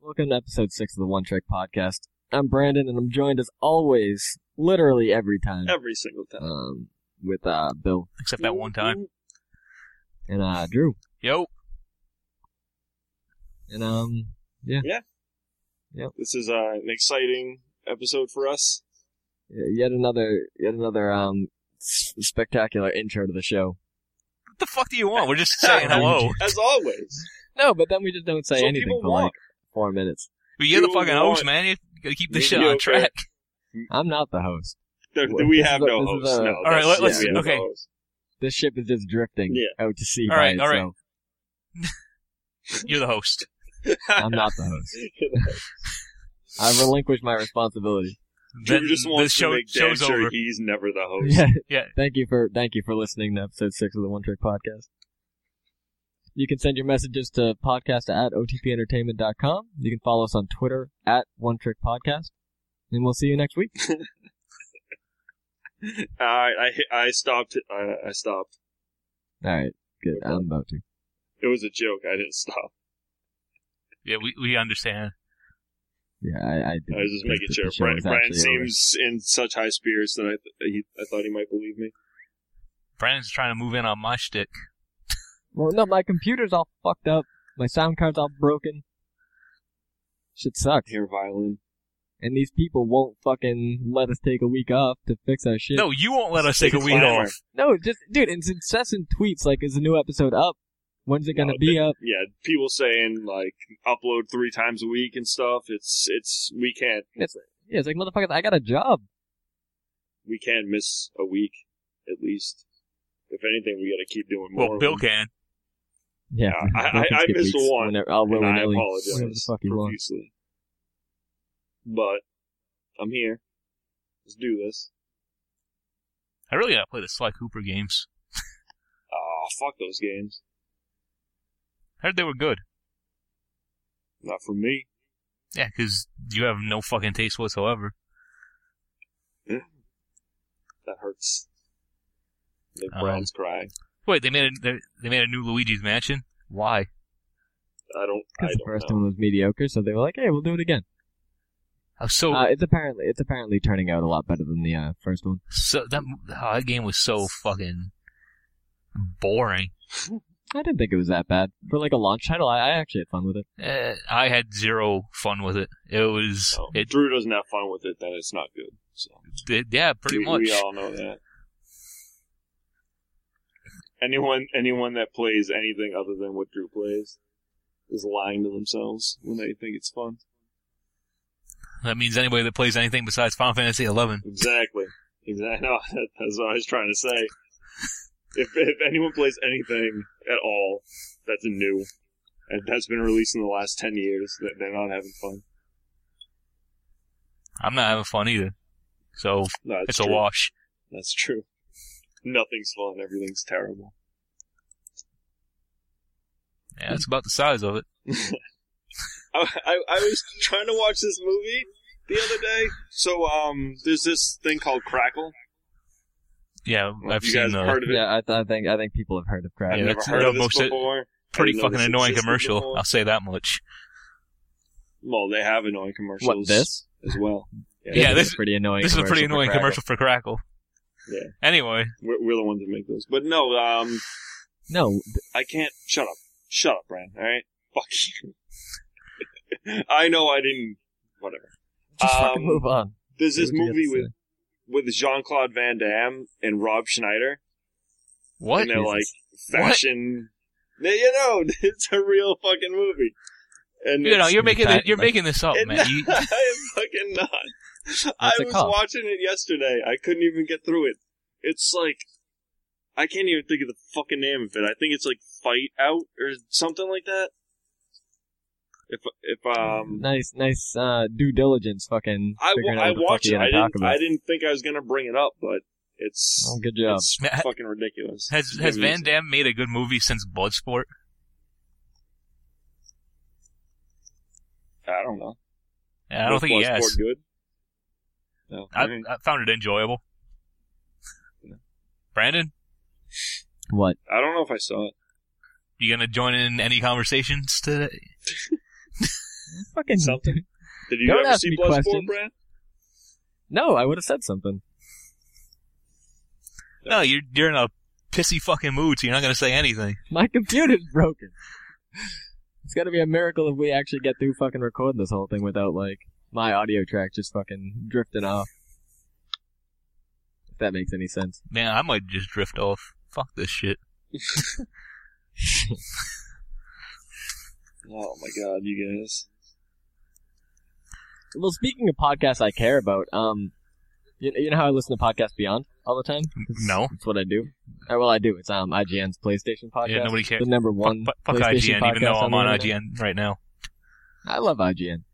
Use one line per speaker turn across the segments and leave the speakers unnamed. Welcome to episode six of the One Trick Podcast. I'm Brandon, and I'm joined as always, literally every time,
Every single time.
um, with uh, Bill
Except Hmm. that one time.
and uh, Drew,
Yo.
and um,
This is uh, an exciting episode for us.
yet another, yet another um, s- spectacular intro to the show.
What the fuck do you want? We're just saying hello.
As always.
No, but then we just don't say
So
anything
people
for
want-
like four minutes.
But You're the
You
fucking
want-
host, man. You gotta keep this shit
You
on track.
I'm not the host.
There-
Well,
we
this
have
is a-
no
this is
host.
a-
No,
All
right, let-
let's-
we have no
okay.
host.
This ship is just drifting
Yeah.
out to sea
All right,
by
all right.
itself.
You're the host.
I'm not the host. I relinquish my responsibility.
Drew
Then
just
the
wants
show-
to make damn
show's
sure
over.
he's never the host.
Yeah.
Yeah.
Thank you for thank you for listening to episode six of the One Trick Podcast. You can send your messages to podcast at otpentertainment.com. You can follow us on Twitter at One Trick Podcast. And we'll see you next week.
I, I hi- I stopped. I, I stopped.
All right. Good. I'm about to.
It was a joke. I didn't stop.
Yeah, we, we understand.
Yeah, I, I did.
I was just making
the
sure.
show
Brian,
is
Brian
actually over.
seems in such high spirits that I th- he, I thought he might believe me.
Brandon's trying to move in on my shtick.
Well, no, my computer's all fucked up. My sound card's all broken. Shit sucks.
Hear violin.
And these people won't fucking let us take a week off to fix our shit.
No, you won't let us take a
It's
week
glamour.
off.
No, just dude, it's incessant tweets like, "Is the new episode up? When's it gonna
No,
be up?"
Yeah, people saying like upload three times a week and stuff. It's it's we can't
Yeah, it's like motherfuckers, I got a job.
we can't miss a week at least. If anything, we got to keep doing more.
Well,
of
Bill
them.
can.
Yeah,
Yeah, I- I-
Bill can
I
skip
missed
weeks
one,
Whenever,
uh,
I'll
and I
willy-nilly, whenever the
apologize
fuck you want.
profusely. But I'm here. Let's do this.
I really gotta play the Sly Cooper games.
Oh, fuck those games.
heard they were good.
Not for me.
Yeah, because you have no fucking taste whatsoever.
That hurts. The
Oh.
Browns cry.
Wait, they made a they, they made a new Luigi's Mansion. Why?
I don't. I
Because the
don't
first
know.
one was mediocre, so they were like, "Hey, we'll do it again."
I was
Oh.
so
Uh, it's apparently it's apparently turning out a lot better than the uh, first one.
so that oh, that game was so fucking boring.
I didn't think it was that bad for like a launch title. I, I actually had fun with it.
Uh, I had zero fun with it. It was
So,
it,
Drew doesn't have fun with it, then it's not good. So
it- yeah, pretty
we,
much.
we all know that. Anyone, anyone that plays anything other than what Drew plays is lying to themselves when they think it's fun.
That means anybody that plays anything besides Final Fantasy XI.
Exactly. Exactly. No, that- that's what I was trying to say. If, if anyone plays anything at all that's new and that's been released in the last 10 years, that they're not having fun.
I'm not having fun either. So
No, that's
it's
true.
a wash.
That's true. Nothing's fun. Everything's terrible.
Yeah, that's about the size of it.
I, I, I was trying to watch this movie the other day. So, um, there's this thing called Crackle.
Yeah,
Well,
I've
you guys
seen uh,
heard of it.
Yeah, I, th- I think I think people have heard of Crash.
I've
Yeah,
never
that's-
heard of
that
this
looks it-
before.
pretty
know
fucking
this
annoying
existed
commercial.
before.
I'll say that much.
Well, they have annoying commercials
What this?
as well.
Yeah, this-
is a pretty annoying.
This is a pretty
for
annoying
Crackle.
commercial for Crackle.
Yeah.
Anyway,
We're, we're the ones that make those. But no, um,
No,
I can't. Shut up. Shut up, Brian. All right. Fuck you. I know I didn't. Whatever.
just
Um,
fucking move on.
There's this
What do you have
movie
to
with with Jean Claude Van Damme and Rob Schneider,
what?
and they're like
Jesus.
What?
fashion. They- You know, it's a real fucking movie. And
You know,
it's-
you're making
That-
thi- you're
like-
making this up,
and
man. You,
I am fucking not. I
it
was
called?
watching it yesterday. I couldn't even get through it. It's like I can't even think of the fucking name of it. I think it's like Fight Out or something like that. If if um
nice, nice uh, due diligence. Fucking
I, wa-
figuring
I
out what the fuck
watched
you're
it. I
gonna talk
didn't
about.
I didn't think I was gonna bring it up, but it's
Oh, good job.
it's
Ma-
fucking ridiculous.
has has
Maybe
Van Damme made a good movie since Bloodsport?
it's- I don't know.
Yeah, I don't
Was
think he
Bloodsport Mm-hmm.
has.
Good. No.
I,
alright.
I found it enjoyable. Brandon,
What?
I don't know if I saw it.
you gonna join in any conversations today?
Fucking
Something. Did you
Don't
ever
ask
see
me
Bloodsport,
questions.
Brad?
No, I would have said something.
No, you're you're in a pissy fucking mood, so you're not gonna say anything.
My computer's broken. It's got to be a miracle if we actually get through fucking recording this whole thing without like my audio track just fucking drifting off. If that makes any sense.
Man, I might just drift off. Fuck this shit.
Oh my god, you guys.
Well, speaking of podcasts I care about, um, you, you know how I listen to Podcast Beyond all the time? It's-
No.
It's what I do. Uh, well, I do. It's um IGN's PlayStation podcast.
Yeah, nobody cares.
The number
Fuck,
one
fuck, fuck
PlayStation
IGN, even though
podcast
I'm on
the internet.
IGN right now.
I love IGN.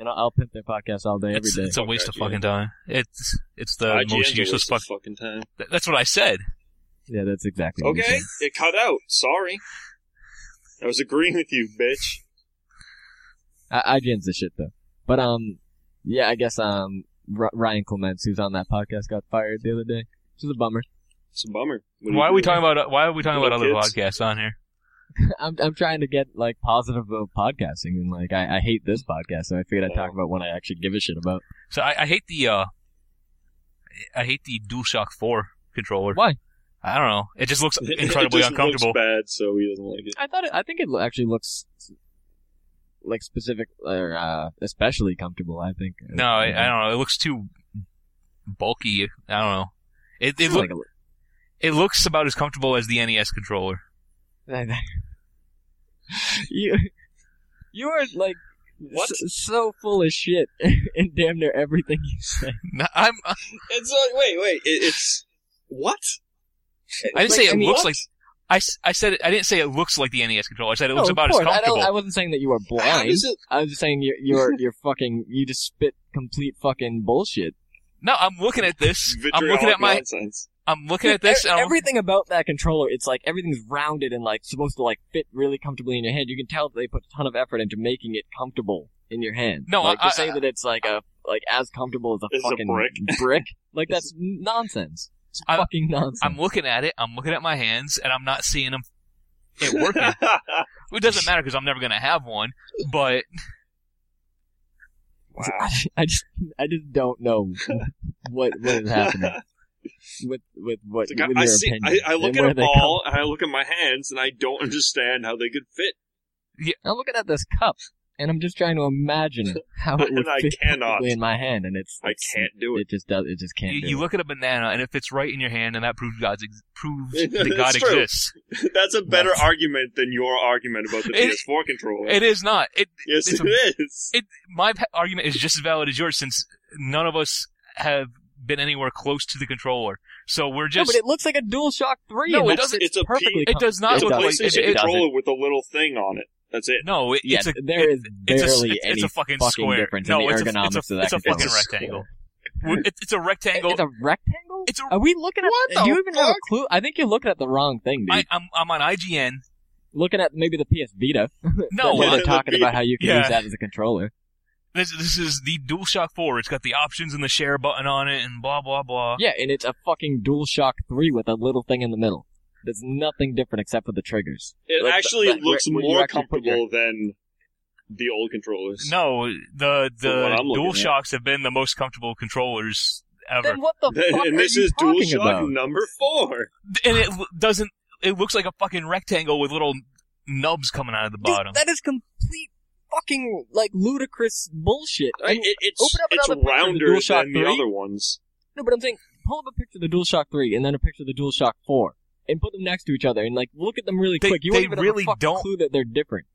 And I'll, I'll pimp their podcast all day, every
It's,
day.
it's a
Fuck
waste of
IGN.
fucking time. It's it's the
IGN's
most
a
useless
waste
fuck.
of fucking time.
Th- That's what I said.
yeah, that's exactly what you
Okay,
said.
it cut out. Sorry. I was agreeing with you, bitch.
I- IGN's the shit, though. But, um, yeah, I guess, um, R- Ryan Clements, who's on that podcast, got fired the other day, which is a bummer.
It's a bummer. What
Why are we
doing?
talking about why are we talking about other
Little
podcasts on here?
I'm, I'm trying to get, like, positive about podcasting, and, like, I, I hate this podcast, so I figured I'd talk about one I actually give a shit about.
So I, I hate the uh, I hate the DualShock Four controller.
Why?
I don't know. It just looks
It-
incredibly
it just
uncomfortable.
Looks bad, so he doesn't like it.
I thought it, I think it lo- actually looks, like, specific, or, uh, especially comfortable, I think.
No, I, I don't know. It looks too bulky. I don't know. It it,
It's
look,
like a-
it looks about as comfortable as the NES controller.
you you are like
What?
s- so full of shit in damn near everything you say.
No, I'm, I
It's like, wait, wait. It, it's what?
didn't
Like,
say it
I mean,
looks
what?
like. I, s- I said it, I didn't say it looks like the NES controller. I said it
No,
looks
Oh, of
about as
course. I,
comfortable.
don't, I wasn't saying that you are
How
blind.
does it?
I was just saying you're you're you're fucking you just spit complete fucking bullshit.
no, I'm looking at this. I'm looking
vitriolic
at my.
nonsense.
I'm looking at this.
E-
And I'm,
everything about that controller, it's like everything's rounded and like supposed to like fit really comfortably in your hand. You can tell that they put a ton of effort into making it comfortable in your hand.
No,
like,
I-
to say that it's like a like as comfortable as a
It's a
fucking
brick.
brick, like that's nonsense. It's
I'm-
fucking nonsense.
I'm looking at it. I'm looking at my hands, and I'm not seeing them. It working. It doesn't matter because I'm never gonna have one. But
wow.
I, I just I just don't know what what is happening with with what
It's like,
with
I, I
your
see.
opinion.
I, I look
and
at
where
a
they come-
ball and I look at my hands and I don't understand how they could fit,
I'm looking at this cup, and I'm just trying to imagine how it would
and I
fit
cannot.
in my hand, and it's
I
it's-
can't do it.
It just does. It just can't.
you,
do
you
it.
look at a banana, and it fits right in your hand, and that proves God's ex- proves that
It's
God
true.
exists.
That's a better
That's-
argument than your argument about the
It-
PS4 controller.
It is not. It
yes,
it's
it
a-
is.
my pa- argument is just as valid as yours, since none of us have been anywhere close to the controller. So we're
no,
just
but it looks like a DualShock Three.
No,
and
it
that's-
doesn't-
It's
It's,
a P-
perfectly.
it
com-
does not
it's a
does.
look like
PlayStation
it- it-
controller with a little thing on it. That's it.
no. It,
yeah,
it's a
there is
it's a-
barely
it's- it's
any
a fucking square.
difference
No,
in the
it's a-
ergonomics
it's a-
of that
it's a
controller.
fucking rectangle. we're- it- it's a rectangle.
It's a rectangle.
It's a-
Are we looking at?
What the
do you even have a
fuck?
clue? I think you're looking at the wrong thing, dude.
I, I'm I'm on IGN.
looking at maybe the PS Vita.
No,
where
yeah,
they're
the
talking
Vita.
about how you can
Yeah.
use that as a controller.
This, this is the DualShock 4. It's got the options and the share button on it and blah, blah, blah.
Yeah, and it's a fucking DualShock 3 with a little thing in the middle. There's nothing different except for the triggers.
It
Like,
actually
that-
looks
where- where you
more
actually put
comfortable than the old controllers.
No, the
what
the
I'm looking
DualShocks have been the most comfortable controllers ever.
Then what the fuck
and
are
this
you
is
talking
DualShock
about?
number four.
and it l- doesn't it looks like a fucking rectangle with little nubs coming out of the
Dude,
bottom.
that is complete fucking like ludicrous bullshit.
I-
And-
it- it's
open up
it's
another picture of the
rounder
DualShock
than the
3.
other ones.
no, but I'm saying pull up a picture of the DualShock 3 and then a picture of the DualShock 4 and put them next to each other and like look at them really
They-
quick. You
they
won't even
really
have a fucking
don't-
clue that they're different.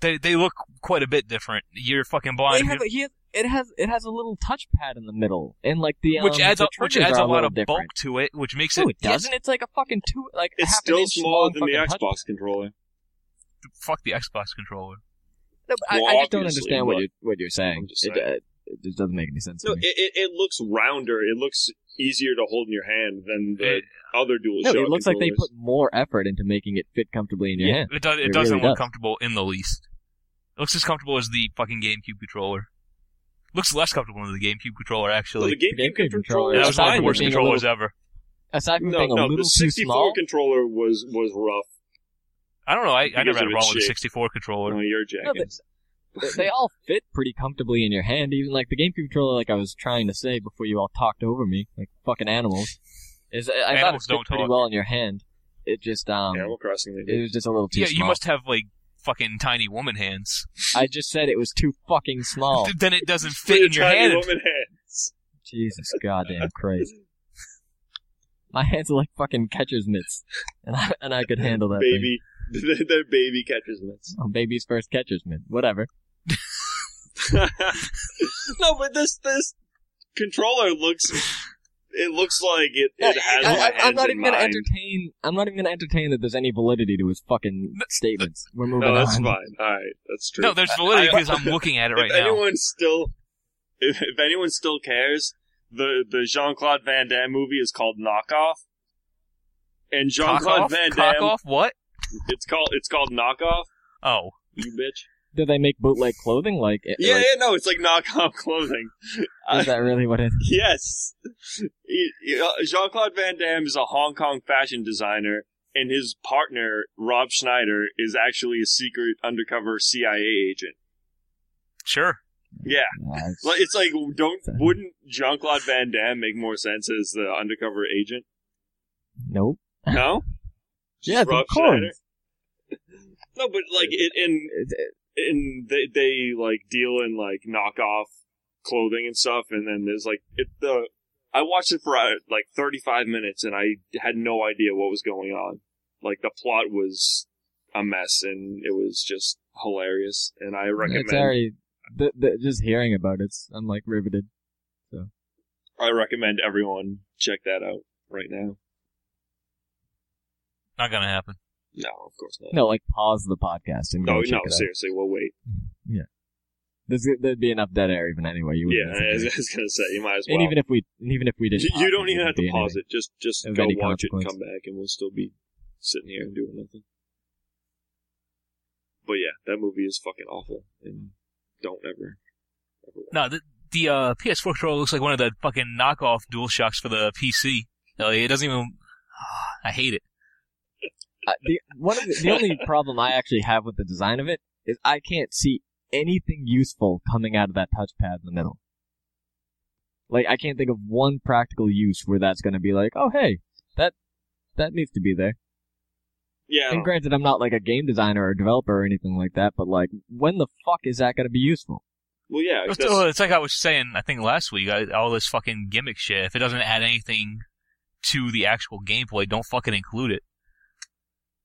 they they look quite a bit different. You're fucking
They
blind.
have a, he has, it has it has a little touchpad in the middle and like the um,
which adds
the
up, which
triggers
adds
are a
a lot
little
of
different.
bulk to it, which makes
No,
it,
it doesn't. It's like a fucking two, like
It's
half an
still
inch long
smaller than the
fucking
Xbox controller.
fuck the Xbox controller.
touch- No, but I,
Well,
I just don't
obviously,
understand what
but-
you're what you're saying.
I'm just
It,
saying.
uh, it just doesn't make any sense.
No,
to
it,
me.
it, it looks rounder. It looks easier to hold in your hand than the
It-
other DualShock.
no, it looks like they
controllers.
put more effort into making it fit comfortably in your hand.
It, does, it,
It
doesn't
really
look
does.
comfortable in the least. It looks as comfortable as the fucking GameCube controller. Looks less comfortable than the GameCube controller
Well,
actually.
the GameCube,
GameCube
controller.
controller
that
it's
was one of
fine
the
with
worst
being a
controllers ever.
Aside from
No,
being a
no,
little
the
too
64
small,
controller was was rough.
I don't know. I, I
Because
never had
of
a
its
problem with the
shape.
64 controller.
No, you're
no,
jacking.
but, they, they all fit pretty comfortably in your hand. Even like the GameCube controller, like I was trying to say before you all talked over me, like fucking animals. Is I thought it
Animals
fit
don't
pretty
talk.
well in your hand. It just um,
Animal Crossing. They
it
do.
was just a little too
Yeah, you
small.
must have like fucking tiny woman hands.
I just said it was too fucking small.
Th- Then it doesn't
Put
fit
a
in your
tiny
hand.
Woman hands.
Jesus goddamn Christ. My hands are like fucking catcher's mitts, and I and I could handle that. Thing.
baby. They're, they're baby catcher's mitts.
Oh, baby's first catcher's mitt. Whatever.
no, but this this controller looks. It looks like it, it has my
I,
hands
am not
in
even gonna
mine.
entertain. I'm not even gonna entertain that there's any validity to his fucking statements. We're moving
No, that's
on.
fine. All right, that's true.
No, there's validity
I-
because I'm looking at it right
if
now.
anyone still, if, if anyone still cares, the the Jean Claude Van Damme movie is called Knockoff, and Jean
Cock
Claude
off?
Van
Cock
Damme,
off? What?
it's called it's called Knockoff.
Oh,
You bitch.
Do they make bootleg clothing? Like, it-
Yeah,
like,
yeah, no, it's like knockoff clothing. yeah.
is that really what it is?
Yes, Jean Claude Van Damme is a Hong Kong fashion designer, and his partner Rob Schneider is actually a secret undercover CIA agent.
sure.
Yeah.
Nah, it's-
Like, it's like don't wouldn't Jean Claude Van Damme make more sense as the undercover agent?
nope.
No.
Yes,
Rob
of course.
Schneider? No, but like it in
It's- it-
in they they like deal in like knockoff clothing and stuff, and then there's like it the I watched it for uh, like 35 minutes, and I had no idea what was going on. Like the plot was a mess, and it was just hilarious. And I recommend
It's already. The, the, just hearing about it, I'm like riveted.
I recommend everyone check that out right now.
Not gonna happen.
No, of course not.
No, like pause the podcast and go
No,
check
no,
it out.
seriously, we'll wait.
There's, there'd be enough dead air even anyway. You wouldn't
Yeah, I was,
listen to it.
I was gonna say you might as well.
and even if we, and even if we didn't,
you,
pause
you
it,
don't even have
wouldn't
to
be
pause
anything.
it. Just just
of
go
any
watch it and come
consequence.
back, and we'll still be sitting here and doing nothing. But yeah, that movie is fucking awful, and don't ever. ever watch.
No, the, the uh, PS4 controller looks like one of the fucking knockoff DualShocks for the PC. Like, it doesn't even. I hate it.
Uh, the one of the, the only problem I actually have with the design of it is I can't see anything useful coming out of that touchpad in the middle. Like I can't think of one practical use where that's going to be like, oh hey, that that needs to be there.
Yeah, I
And
don't-
granted, I'm not like a game designer or developer or anything like that, but like, when the fuck is that going to be useful?
well, yeah,
It's,
that's-
uh, it's like I was saying, I think last week, I, all this fucking gimmick shit. If it doesn't add anything to the actual gameplay, don't fucking include it.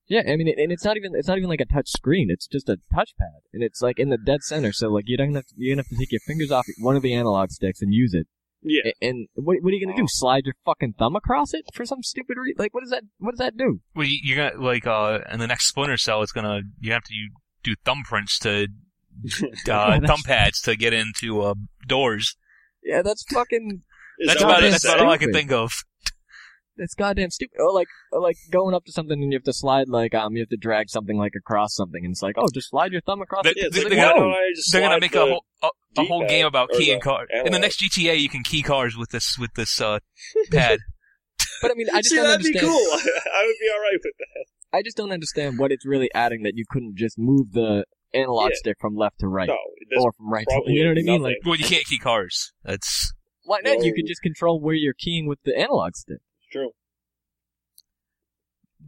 Yeah, I mean, it, and it's not even it's not even like a touch screen. It's just a touchpad, and it's like in the dead center. So like, you don't have to, you're gonna have to take your fingers off one of the analog sticks and use it.
yeah.
A- And what, what are you gonna do? Slide your fucking thumb across it for some stupid reason? Like, what does that what does that do?
Well, you, you're gonna like uh, in the next Splinter Cell, it's gonna you have to you, do thumbprints to uh,
that's-
thumb pads to get into uh, doors.
Yeah, that's fucking
Is
That's
that
about
what
it.
they
That's
said?
about all I can
stupid?
think of.
that's goddamn stupid. Or like or like going up to something and you have to slide like um you have to drag something like across something, and it's like oh just slide your thumb across.
They-
it.
Yeah,
It's
it's
they-
like,
like, why
they gotta-
don't I just
They're gonna
slide
make
the-
a whole a, a whole
D-pad
game about
or
key
the
and car. In the
analog.
next GTA, you can key cars with this with this uh, pad.
but I mean, I just
See,
don't
that'd be
understand.
cool. I would be all right with that.
I just don't understand what it's really adding that you couldn't just move the analog
Yeah.
stick from left to right
No, that's
or from right to
probably
you know what I mean?
nothing.
Like
well, you can't key cars. That's
why not? You
Whoa.
could just control where you're keying with the analog stick.
true.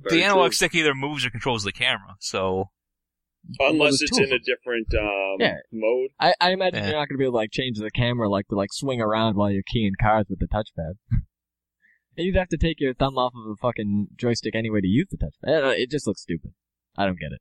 the
Very
analog
true.
stick either moves or controls the camera. So
Well,
unless
there's
it's
two
in
of
a different um,
Yeah.
mode.
I, I imagine
Yeah.
you're not going to be able to like change the camera like to like swing around while you're keying cars with the touchpad. and you'd have to take your thumb off of a fucking joystick anyway to use the touchpad. I don't know, It just looks stupid. I don't get it.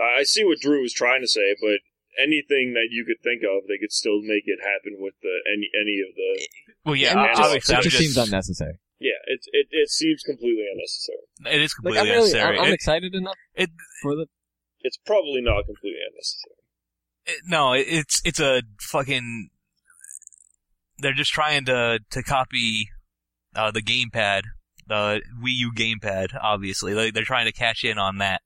I I see what Drew was trying to say, but anything that you could think of, they could still make it happen with the any any of the.
well, yeah,
And it
I-
just,
obviously,
it
I'm
just
just,
seems unnecessary.
Yeah, it it, it seems completely unnecessary.
it is
Like
completely
I'm really,
unnecessary.
I'm, I'm
It-
excited enough
it-
for the.
It's probably not completely unnecessary.
it- no, it- it's it's a fucking. They're just trying to to copy uh, the gamepad, the Wii U gamepad. Obviously, like, they're trying to cash in on that.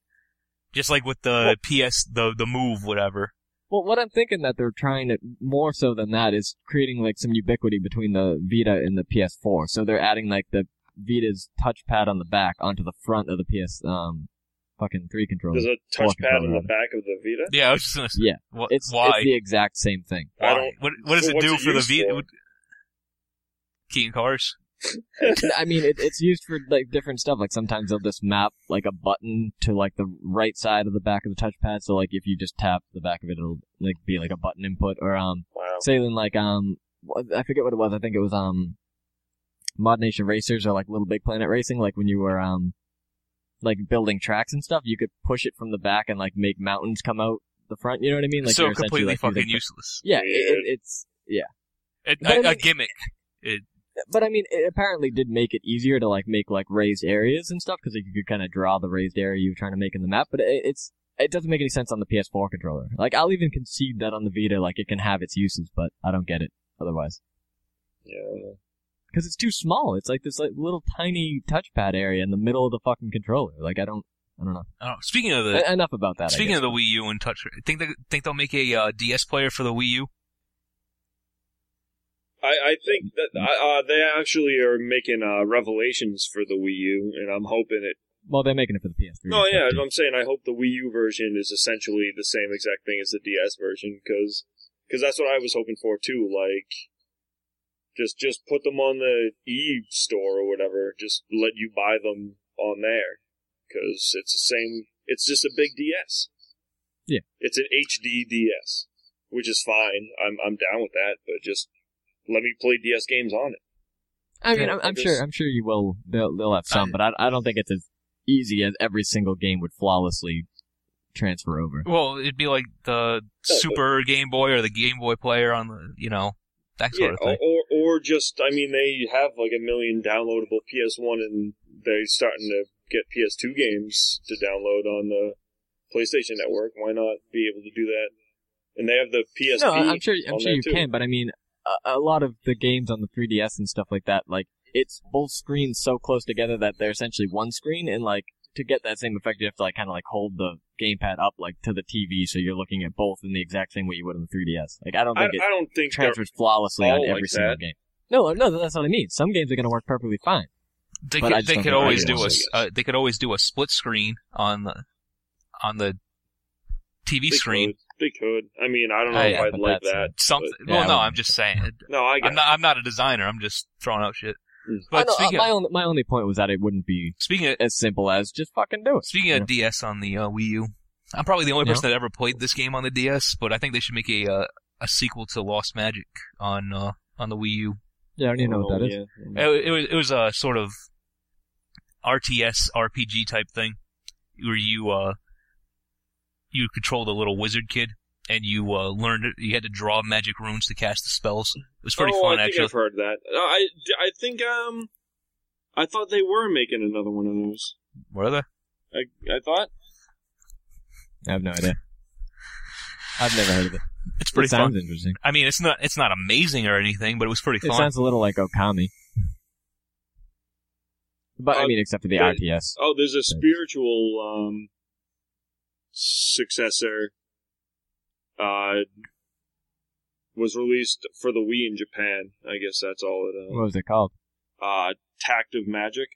Just like with the PS, the the Move, whatever.
Well, what I'm thinking that they're trying to more so than that is creating like some ubiquity between the Vita and the PS4. So they're adding like the Vita's touchpad on the back onto the front of the PS um fucking three controller.
There's a
Walking
touchpad in
controller.
the back of the Vita.
Yeah, I was just gonna say.
Yeah.
What,
It's,
why?
it's the exact same thing.
I
Why?
don't-
What, what does
So
it
what's
do
it
for the
used
V?
for?
what- Key and cars.
I mean, it, it's used for like different stuff. Like sometimes they'll just map like a button to like the right side of the back of the touchpad. So like if you just tap the back of it, it'll like be like a button input. Or um,
Wow.
Sailing like um, what- I forget what it was. I think it was um, Mod Nation Racers or like Little Big Planet Racing. Like when you were um, like building tracks and stuff, you could push it from the back and like make mountains come out the front. You know what I mean? Like
so
you're essentially,
completely
like, using-
fucking useless.
Yeah, it, it, it's
It,
But I
a, a
mean-
gimmick.
but I mean, it apparently did make it easier to like make like raised areas and stuff because you could kind of draw the raised area you were trying to make in the map. But it, it's it doesn't make any sense on the PS4 controller. Like I'll even concede that on the Vita, like it can have its uses, but I don't get it otherwise
Yeah.
because it's too small. It's like this like little tiny touchpad area in the middle of the fucking controller. Like I don't, I don't know.
Oh, speaking of the
E- enough about that. I
speaking
guess.
of the Wii U and touch, think they think they'll make a uh, DS player for the Wii U.
I, I think that I- uh, they actually are making uh, revelations for the Wii U, and I'm hoping it.
well, they're making it for the PS3.
No,
Oh,
and
yeah,
15.
I'm saying I hope the Wii U version is essentially the same exact thing as the DS version, because that's what I was hoping for too. Like, just just put them on the E store or whatever. Just let you buy them on there, because it's the same. It's just a big DS.
Yeah.
it's an HD DS, which is fine. I'm I'm down with that, but just let me play DS games on it.
I mean,
Yeah,
I'm, I'm
I
sure,
just-
I'm sure you will. They'll, they'll have some,
I-
but I, I don't think it's as easy as every single game would flawlessly transfer over.
Well, it'd be like
but-
the Super Game Boy or the Game Boy player on the you know that sort of
or,
thing.
or or just I mean they have like a million downloadable PS1 and they're starting to get PS2 games to download on the PlayStation Network. Why not be able to do that? And they have the PSP.
No, I- I'm sure, I'm
on
sure
there
you
too.
can, but I mean, a, a lot of the games on the 3DS and stuff like that, like it's both screens so close together that they're essentially one screen, and like to get that same effect, you have to like kind of like hold the gamepad up like to the TV, so you're looking at both in the exact same way you would on the 3DS. Like I don't
I,
think it
I don't think they're
transfers flawlessly on
all
every
like
single
that.
game. No, no, that's what I mean. Some games are going to work perfectly fine.
they
but I
could,
just
they
don't
could
think
always
they're
do a
gonna
s-
do it.
uh, they could always do a split screen on the on the TV
they
screen.
Could. They could. I mean, I don't know
I-
if
Oh, yeah,
I'd
but
like
that's-
that.
Something.
Yeah, I
well, no,
wouldn't
I'm just saying.
No, I got.
I'm not. I'm not a designer. I'm just throwing out shit.
Mm.
Oh,
But
no, uh,
speaking,
my
of,
only my only point was that it wouldn't be
speaking of
as simple as just fucking do it.
Speaking of DS on the uh, Wii U, I'm probably the only
Yeah.
person that ever played this game on the DS, but I think they should make a uh, a sequel to Lost Magic on uh, on the Wii U.
yeah, I don't even know
Oh,
what that is.
Oh, yeah.
It, it was it was a sort of RTS RPG type thing where you uh you control the little wizard kid and you uh, learned you had to draw magic runes to cast the spells. It was pretty
oh,
fun
I think
actually.
I've heard that. Uh, I I think um, I thought they were making another one of those.
Were they?
I I thought.
I have no idea. I've never heard of it.
It's pretty
it
fun.
sounds interesting.
I mean, it's not it's not amazing or anything, but it was pretty
It
fun.
sounds a little like Okami. But I
Uh,
mean, except for the
there-
RTS.
Oh, there's a spiritual um, successor. Uh, was released for the Wii in Japan. I guess that's all it.
What was it called?
Uh, uh Tact of Magic.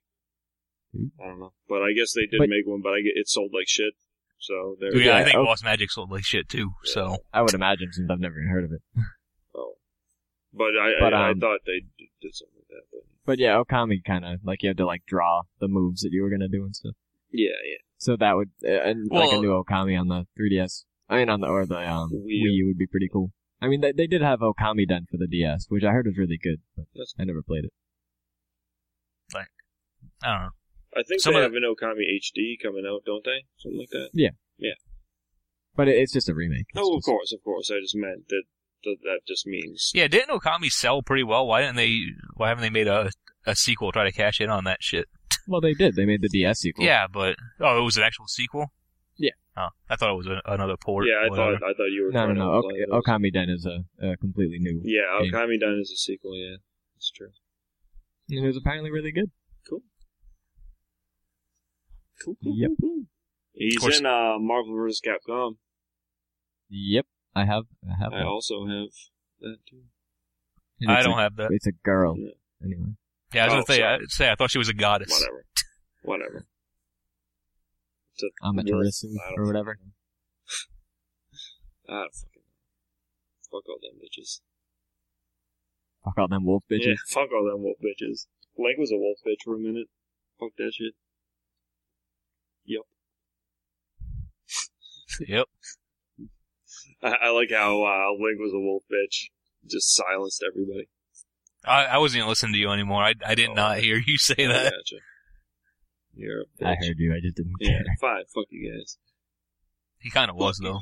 I don't know, but I guess they did
Hmm? But-
make one, but I get it sold like shit. So there.
yeah, I
yeah, oh.
think
okay.
Lost Magic sold like shit too. So.
I would imagine since I've never even heard of it.
Oh. But I
But,
I, I
um,
thought they did, did something like that. But
But yeah, Okami kind of like you had to like draw the moves that you were gonna do and stuff.
yeah, yeah.
So that would uh, and like a
Well-
new Okami on the 3DS. I mean on the or the um,
Wii
Wii,
U.
U. would be pretty cool. I mean they, they did have Okami done for the DS, which I heard was really good, but
That's-
I never played it.
I don't know.
I think
Some
they
of
have an Okami HD coming out, don't they? Something like that.
But it, it's just a remake. It's
No, Oh, of
just-
course, of course. I just meant that that, that just means
Yeah, didn't Okami sell pretty well? Why didn't they? Why haven't they made a a sequel to try to cash in on that shit?
Well, they did. They made the DS sequel.
Yeah, but oh, it was an actual sequel.
Yeah.
Oh, I thought it was a, another port.
yeah, I
or whatever.
thought I thought you were.
No, no,
trying
no.
To apply
Ok-
those.
Okami Den is a, a completely new.
Yeah,
game.
Okami Dun is a sequel. Yeah, that's true.
And it was apparently really good.
Cool.
Yep.
He's
Of course.
in uh, Marvel vs. Capcom.
Yep, I have. I have.
I
one.
also have that too.
And
I
it's
don't
a,
have that.
It's a girl.
Yeah.
Anyway,
Yeah, I was
Oh,
gonna say,
sorry.
I, say I thought she was a goddess.
Whatever. Whatever. to
I'm a
Yeah,
tourist
I don't
or whatever.
ah fucking fuck all them bitches.
Fuck all them wolf bitches.
Yeah, fuck all them wolf bitches. Link was a wolf bitch for a minute. Fuck that shit.
Yep.
I, I like how uh, Link was a wolf bitch. Just silenced everybody.
I, I wasn't even listening to you anymore. I, I did
Oh.
not hear you say
I
that.
gotcha. You're a bitch.
I heard you. I just didn't
Yeah,
care.
fine. Fuck you guys.
He kind of was though.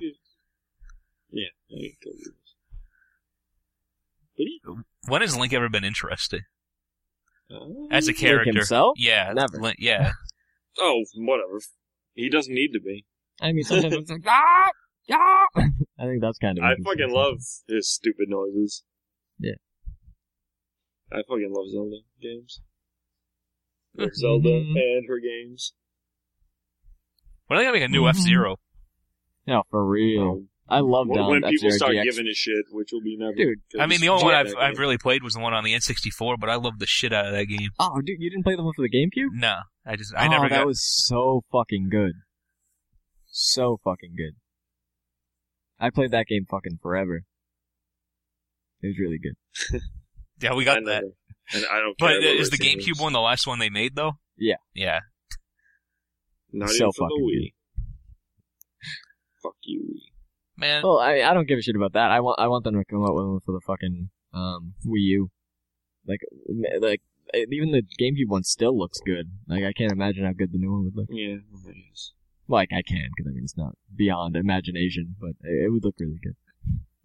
Yeah. I ain't gonna do this. But yeah.
When has Link ever been interesting
Uh,
as a
Like
character?
himself?
Yeah,
Never.
Lin- yeah,
oh, whatever. He doesn't need to be.
I mean, sometimes it's like ah, ah. I think that's kind of.
I
what he
fucking
says.
love his stupid noises.
Yeah.
I fucking love Zelda games.
Hmm.
Love Zelda and her games.
when are they gonna make a new
Mhm.
F Zero?
No, for real. I love
Um, When-
Down
when
F
people
Zero
start
GX.
giving a shit, which will be never.
Dude,
'cause
I mean, the only one
fuck
I've
that
I've
game.
really played was the one on the N64, but I loved the shit out of that game.
Oh, dude, you didn't play the one for the GameCube?
Nah, I just I
oh,
never
that
got.
was so fucking good. So fucking good. I played that game fucking forever. It was really good.
yeah, we got
I
that.
never- And I don't care.
But
about
is the
racing
GameCube
games.
one the last one they made though?
Yeah.
Yeah.
Not
so
even for the
fucking
Wii. Fuck you, Wii.
Man,
Well, I I don't give a shit about that. I want I want them to come out with one for the fucking um Wii U. Like m- like eh, even the GameCube one still looks good. Like I can't imagine how good the new one would look.
Yeah, I guess.
Like I can because I mean it's not beyond imagination, but it, it would look really good.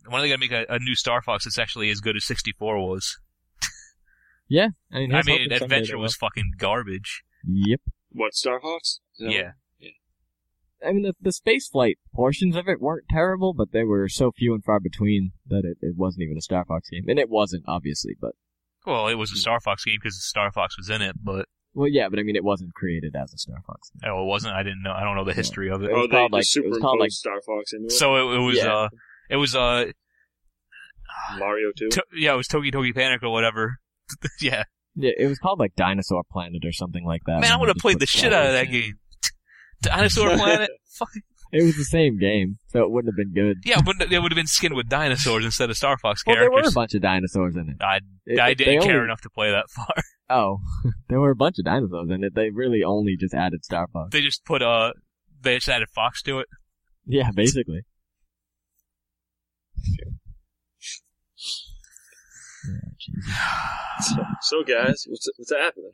when are they gonna make a, a new Star Fox that's actually as good as 64 was?
I mean,
I
here's
mean,
hoping someday
Adventure
they
was fucking garbage.
will. Yep.
What Star Fox? Is that
Yeah.
I mean, the, the space flight portions of it weren't terrible, but they were so few and far between that it, it wasn't even a Star Fox game. And it wasn't, obviously, but.
Well, it was a Star Fox game because Star Fox was in it, but
Well, yeah, but I mean, it wasn't created as a Star Fox game.
oh, it wasn't. I didn't know. I don't know the history of it.
It
oh,
was
they just
called, like- it was
superimposed
called, like-
Star Fox into it.
So it, it was.
Yeah.
uh It was. uh
Mario Two.
to- Yeah, it was Togi Togi Panic or whatever. yeah.
Yeah, it was called, like, Dinosaur Planet or something like that.
Man, I
and
would have
they just
played
put
the
Star
shit out of
Wars
that
in.
game. Dinosaur Planet. Fuck.
It was the same game, so it wouldn't have been good.
Yeah, but it would have been skinned with dinosaurs instead of Star Fox
Well, there were a
characters.
bunch of dinosaurs in it.
I,
It-
I
it- they
didn't care
only-
enough to play that far.
Oh, there were a bunch of dinosaurs in it. They really only just added Star Fox.
They just put uh, they just added Fox to it.
Yeah, basically. Yeah, Jesus.
So, so guys, what's what's happening?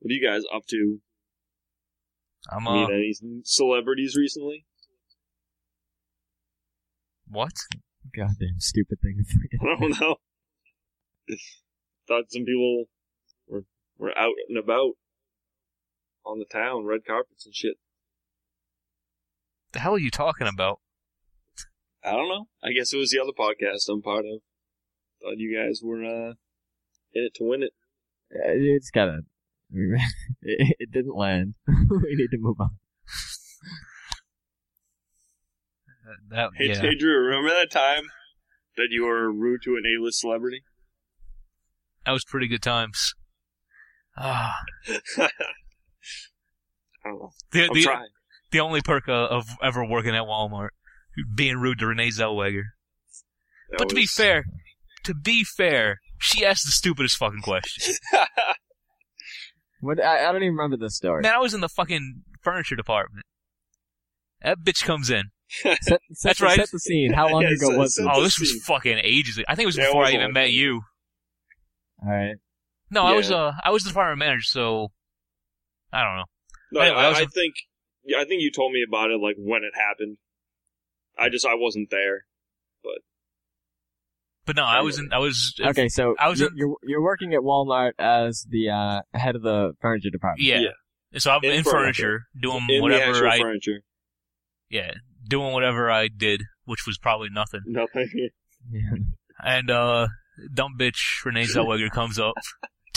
What are you guys up to?
I'm uh,
Meet any celebrities recently?
what?
Goddamn stupid thing to forget.
I don't know. Thought some people were were out and about on the town, red carpets and shit.
The hell are you talking about?
I don't know. I guess it was the other podcast I'm part of. Thought you guys were uh, in it to win it.
Uh, It's gotta. It, it didn't land. we need to move on.
Uh, That
Hey,
yeah.
hey Drew, remember that time that you were rude to an A-list celebrity?
That was pretty good times. Ah,
I don't know.
the,
I'm
the,
trying.
the only perk of, of ever working at Walmart, being rude to Renee Zellweger.
That
but to be
was-
fair, to be fair, she asked the stupidest fucking question.
What? I, I don't even remember this story.
Man, I was in the fucking furniture department. That bitch comes in.
Set, set,
That's right.
Set the scene. How long
Yeah,
ago
set-
was
set-
it?
Oh,
the
this was
scene.
fucking ages. ago. I think it was
Yeah, it
before
was
I
a
even
long
met
time.
you.
All right.
No, I was
Yeah.
uh, I was the department manager, so I don't know.
No,
Anyway,
I,
that was
I
a-
think yeah, I think you told me about it like when it happened. I just I wasn't there.
But no, I was in, I was
Okay, so
I was
you're,
in-
you're you're working at Walmart as the uh, head of the furniture department.
yeah.
Yeah.
And So I'm
In
in,
furniture.
furniture, doing
In the
whatever
actual
I
furniture.
yeah doing whatever I did, which was probably nothing.
Nothing.
Yeah.
And uh, dumb bitch Renee Zellweger comes up,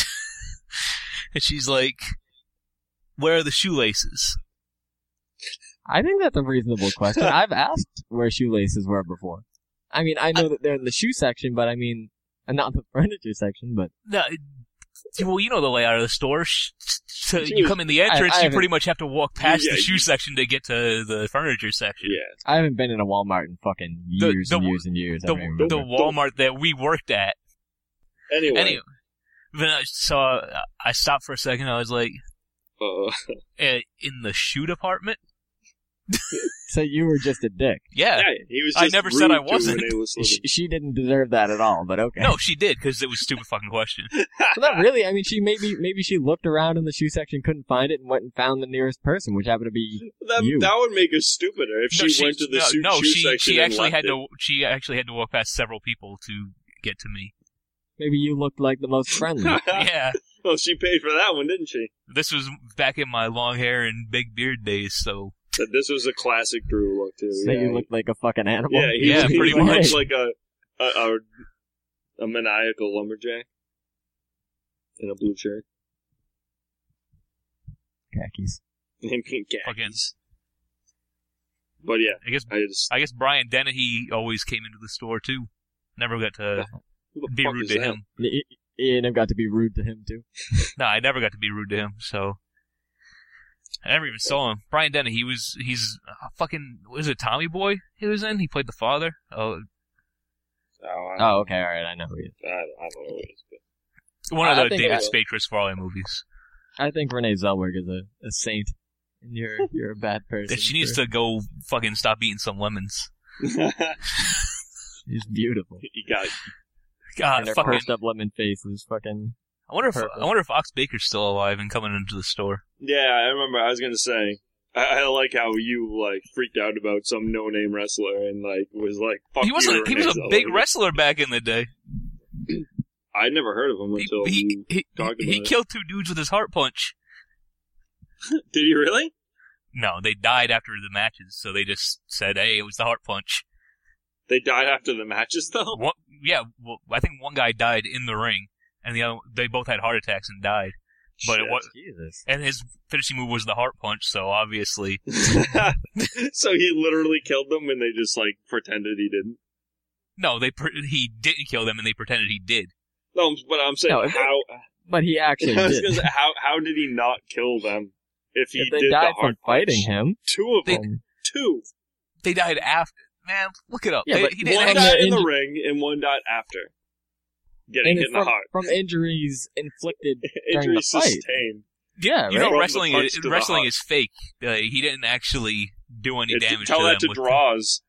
and she's like, "Where are the shoelaces?"
I think that's a reasonable question. I've asked where shoelaces were before. I mean, I know that they're in the shoe section, but I mean, and not the furniture section, but
No, well, you know the layout of the store. Sh- sh- So
She
you
was-
come in the entrance,
I
you
haven't-
pretty much have to walk past
Yeah,
the shoe
you-
section to get to the furniture section.
Yeah.
I haven't been in a Walmart in fucking
The-
years
the
and
w-
years and years. I
The,
don't even
the
remember.
Walmart that we worked at.
Anyway.
Anyway, then I so I- I stopped for a second. I was like,
Uh,
eh, in the shoe department?
so you were just a dick.
Yeah.
yeah, he was.
I
just
never said
rude
I
to an
wasn't.
A-list
She,
living.
she didn't deserve that at all, but okay.
No, she did because it was a stupid fucking question.
Well, not really. I mean, she maybe maybe she looked around in the shoe section, couldn't find it, and went and found the nearest person, which happened to be
That,
You.
that would make her stupider if
no,
she, went to the
no,
suit
no,
shoe
she
section
she
and
actually
left
had
it.
to she actually had to walk past several people to get to me.
maybe you looked like the most friendly.
yeah,
well, she paid for that one, didn't she?
this was back in my long hair and big beard days, so
That this was a classic Drew look too.
so
yeah,
you looked like a fucking animal.
yeah, he,
Yeah,
he
pretty
looked
much.
like a a, a a maniacal lumberjack in a blue shirt.
Khakis.
And pink khakis.
Fucking-
But yeah,
I guess
I just
I guess Brian Dennehy always came into the store too. Never got to
who the
be
fuck
rude
is
to
that?
him.
I- I- Ian, I've got to be rude to him too.
No, I never got to be rude to him. So I never even saw him. Brian Dennehy he was he's a fucking was it Tommy Boy he was in? He played the father. Oh,
Oh,
Uh,
I,
Oh, okay, all right, I know who he is.
I, I don't know what it is. But
one of
I- I
the
think
David
I-
Spade, Chris Farley movies.
I think Renee Zellweger is a, a saint, and you're you're a bad person.
That she needs to go fucking stop eating some lemons.
She's beautiful.
you got
God,
and her
fucking.
pursed up lemon face is fucking.
I wonder if
purple.
I wonder if Ox Baker's still alive and coming into the store.
Yeah, I remember. I was gonna say, I, I like how you like freaked out about some no-name wrestler and like was like, "Fuck
he was
you,
a, he was a
Renee
big
Zellweger."
wrestler back in the day.
I never heard of him
He
until
he he,
talked
he
about it.
killed two dudes with his heart punch.
did he really?
No, they died after the matches, so they just said, "Hey, it was the heart punch."
They died after the matches though.
One, yeah, well, I think one guy died in the ring, and the other they both had heart attacks and died. But it
Shit.
was,
Jesus.
and his finishing move was the heart punch, so obviously,
so he literally killed them and they just like pretended he didn't.
no, they pre- he didn't kill them, and they pretended he did.
No, but I'm saying
No, if-
how.
But he actually
I was
did.
gonna say, how how did he not kill them if he
If they
did
died
the
from
hard
fighting
punch?
him,
Two of
They-
them. Two.
They died after. Man, look it up.
Yeah,
They-
but
he didn't
One
and
actually-
died
they're
in the
inju-
ring and one died after getting
and
hit in the
from,
heart.
from injuries inflicted. during the
Injury
fight.
sustained.
Yeah, right?
you
From
know,
the
wrestling
punch
is,
to the
wrestling
heart.
is fake. Uh, he didn't actually do any
It-
damage
tell
to
that
them.
to
with-
draws,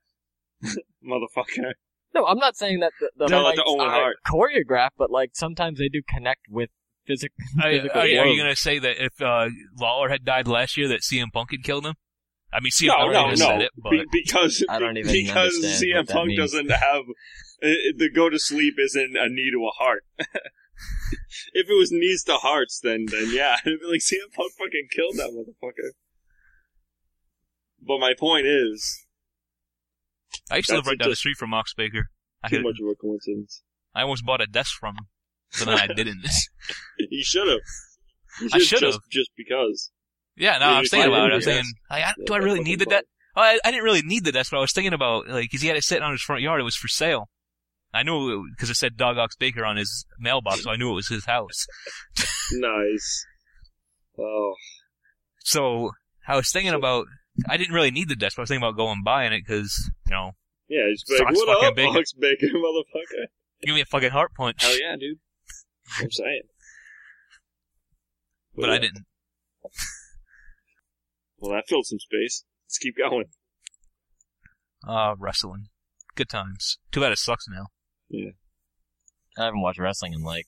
motherfucker.
No, I'm not saying that the, the
No, like
fights
the Owen
are
Hart.
choreographed, but like sometimes they do connect with physic-
Are,
physical.
are- are you
blows.
going to say that if uh, Lawler had died last year, that CM Punk had killed him? I mean, CM
No,
Punk
no,
would've
no.
said it, but
Be- because
I don't even
because
understand
CM
what that
Punk
means.
doesn't have uh, the go to sleep isn't a knee to a heart. if it was knees to hearts, then then yeah, I'd be like CM Punk fucking killed that motherfucker. But my point is,
I used to live
That's
right down the
just-
street from Ox Baker. I,
too
could-
much of a coincidence.
I almost bought a desk from him, but then I didn't.
You should have. You
I should've.
just, just because.
yeah, no,
Yeah,
I
you
was thinking
probably
about it. I
did,
was
yes.
thinking, like, I,
Yeah,
do I
that
really
fucking
need the
bug.
desk? Oh, I, I didn't really need the desk, but I was thinking about, like, because he had it sitting on his front yard. It was for sale. I knew because it, said Dog Ox Baker on his mailbox, so I knew it was his house.
Nice. Oh,
So I was thinking about, I didn't really need the desk, but I was thinking about going buying it because, you know,
yeah. He's like,
Sox
what
fucking
up,
bacon."
Ox Baker, motherfucker?
give me a fucking heart punch.
Hell yeah, dude. I'm saying.
But
yeah.
I didn't.
Well, that filled some space. Let's keep going.
Uh, wrestling. Good times. Too bad it sucks now.
I haven't watched wrestling in like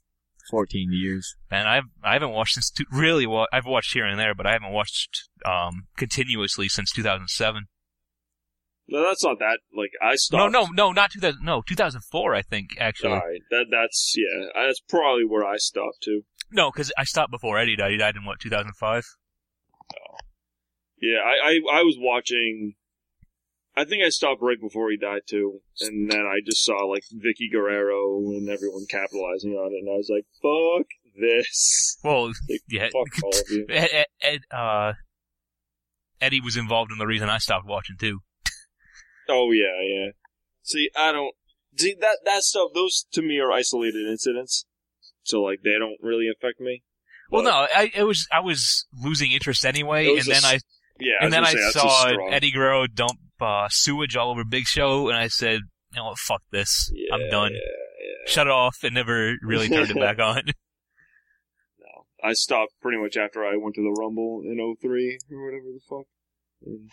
14 years.
Man, I've I haven't watched since two, really. Wa- I've watched here and there, but I haven't watched um continuously since 2007.
No, that's not that. Like I
No,
stopped.
no, no, not 2000. No, 2004, I think actually.
All right. That that's yeah. That's probably where I stopped too.
No, because I stopped before Eddie died. He died in what 2005.
Yeah, I, I I was watching. I think I stopped right before he died too, and then I just saw like Vicky Guerrero and everyone capitalizing on it, and I was like, "Fuck this!
Well,
Like,
yeah,
Fuck all of you!"
Ed, Ed, Ed, uh, Eddie was involved in the reason I stopped watching too.
Oh yeah, yeah. See, I don't see that that stuff. Those to me are isolated incidents. so like they don't really affect me.
Well,
But,
no, I it was I was losing interest anyway,
It
and
was a s-
then I
Yeah,
and then
was
I
gonna say, that's a
saw
strong-
Eddie Guerrero dump uh, sewage all over Big Show, and I said, "You know what? Fuck this.
Yeah,
I'm done."
yeah, yeah.
Shut it off, and never really turned it back on.
No. I stopped pretty much after I went to the Rumble in 03 or whatever the fuck. And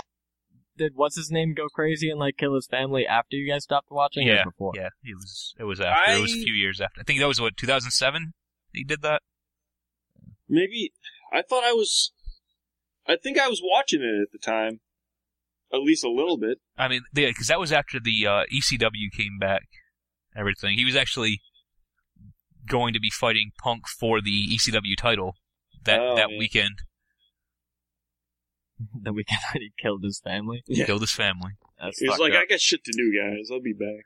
Did what's his name go crazy and like kill his family after you guys stopped watching? or
Yeah,
before.
Yeah, it was. It was after. It was a
I-
few years after. I think that was what 2007. He did that.
maybe I thought I was. I think I was watching it at the time, at least a little bit.
I mean, yeah, because that was after the uh, ECW came back. and Everything. He was actually going to be fighting Punk for the ECW title that
Oh,
that
yeah.
weekend.
the weekend that he killed his family.
He
Yeah.
killed his family.
That's
He was
fucked
like,
up.
"I got shit to do, guys. I'll be back."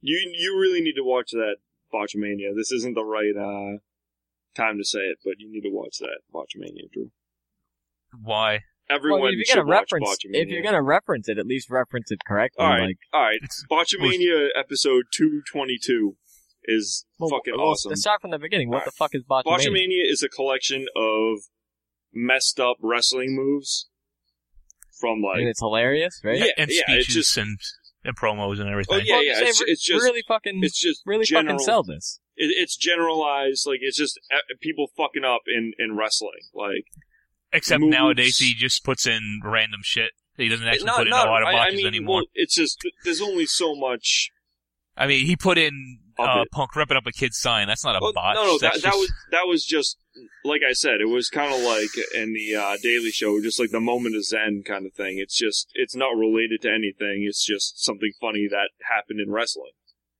You you really need to watch that Botchmania. This isn't the right uh, time to say it, but you need to watch that Botchmania, Drew.
Why?
Everyone
well, if
should
you're gonna
watch
reference,
Botchmania.
if you're gonna reference it, at least reference it correctly.
All right.
Like,
All right,
It's-
Botchmania episode two twenty two is
well,
fucking
well,
awesome. Uh,
Let's start from the beginning. What
All
the fuck is botchamania?
Botchamania is a collection of messed up wrestling moves from
and
like
it's hilarious, right?
Yeah,
and
yeah, it's
speeches
just-
and, and promos and everything.
Oh, yeah,
Well,
yeah,
they
it's-
re-
it's just-
really fucking,
it's just
really
general.
fucking sell this.
it, it's generalized, like it's just uh, people fucking up in in wrestling. Like
Except
moves.
nowadays he just puts in random shit. He doesn't actually put in a lot of
I- I
botches
mean,
anymore.
well, it's just th- there's only so much.
I mean, he put in
Of
uh,
it.
Punk ripping up a kid's sign. That's not a
Well,
botch.
no, no, that,
That's
that
just-
was that was just like I said. It was kind of like in the uh, Daily Show, just like the moment of Zen kind of thing. It's just it's not related to anything. It's just something funny that happened in wrestling.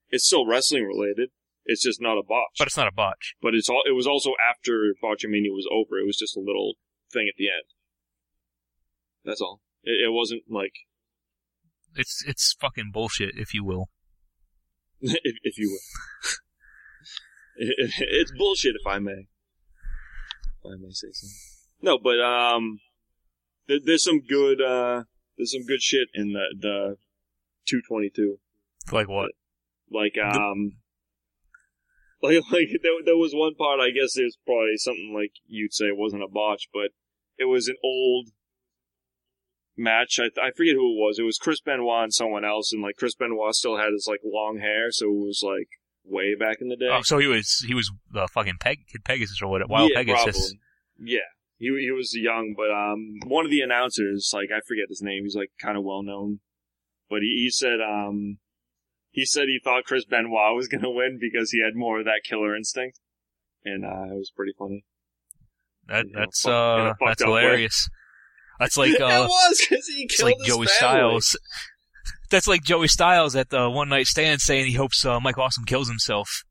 It's still wrestling related. It's just not a botch.
but it's not a botch.
but it's all. It was also after Botchamania was over. It was just a little thing at the end. That's all. It, it wasn't like,
It's it's fucking bullshit, if you will.
if, if you will. It- it- it's bullshit, if I may. If I may say so. No, but um, there, there's some good uh, there's some good shit in the the 222.
Like what?
Like um, like like there, there was one part. I guess there's probably something like you'd say it wasn't a botch, but it was an old match. I I forget who it was. It was Chris Benoit and someone else, and like Chris Benoit still had his like long hair, so it was like way back in the day.
Oh, so he was he was the fucking Peg, Kid Pegasus or what? Wild
yeah,
Pegasus.
Probably. Yeah. He, he was young, but um, one of the announcers, like I forget his name, he's like kind of well known, but he, he said um, he said he thought Chris Benoit was gonna win because he had more of that killer instinct, and uh, it was pretty funny.
That,
Yeah,
that's
fuck- in a
uh,
fucked
that's
up way.
hilarious. That's like
it
uh,
was because he
it's
killed
like
his family.
Joey Styles. That's like Joey Styles at the one night stand saying he hopes uh, Mike Awesome kills himself.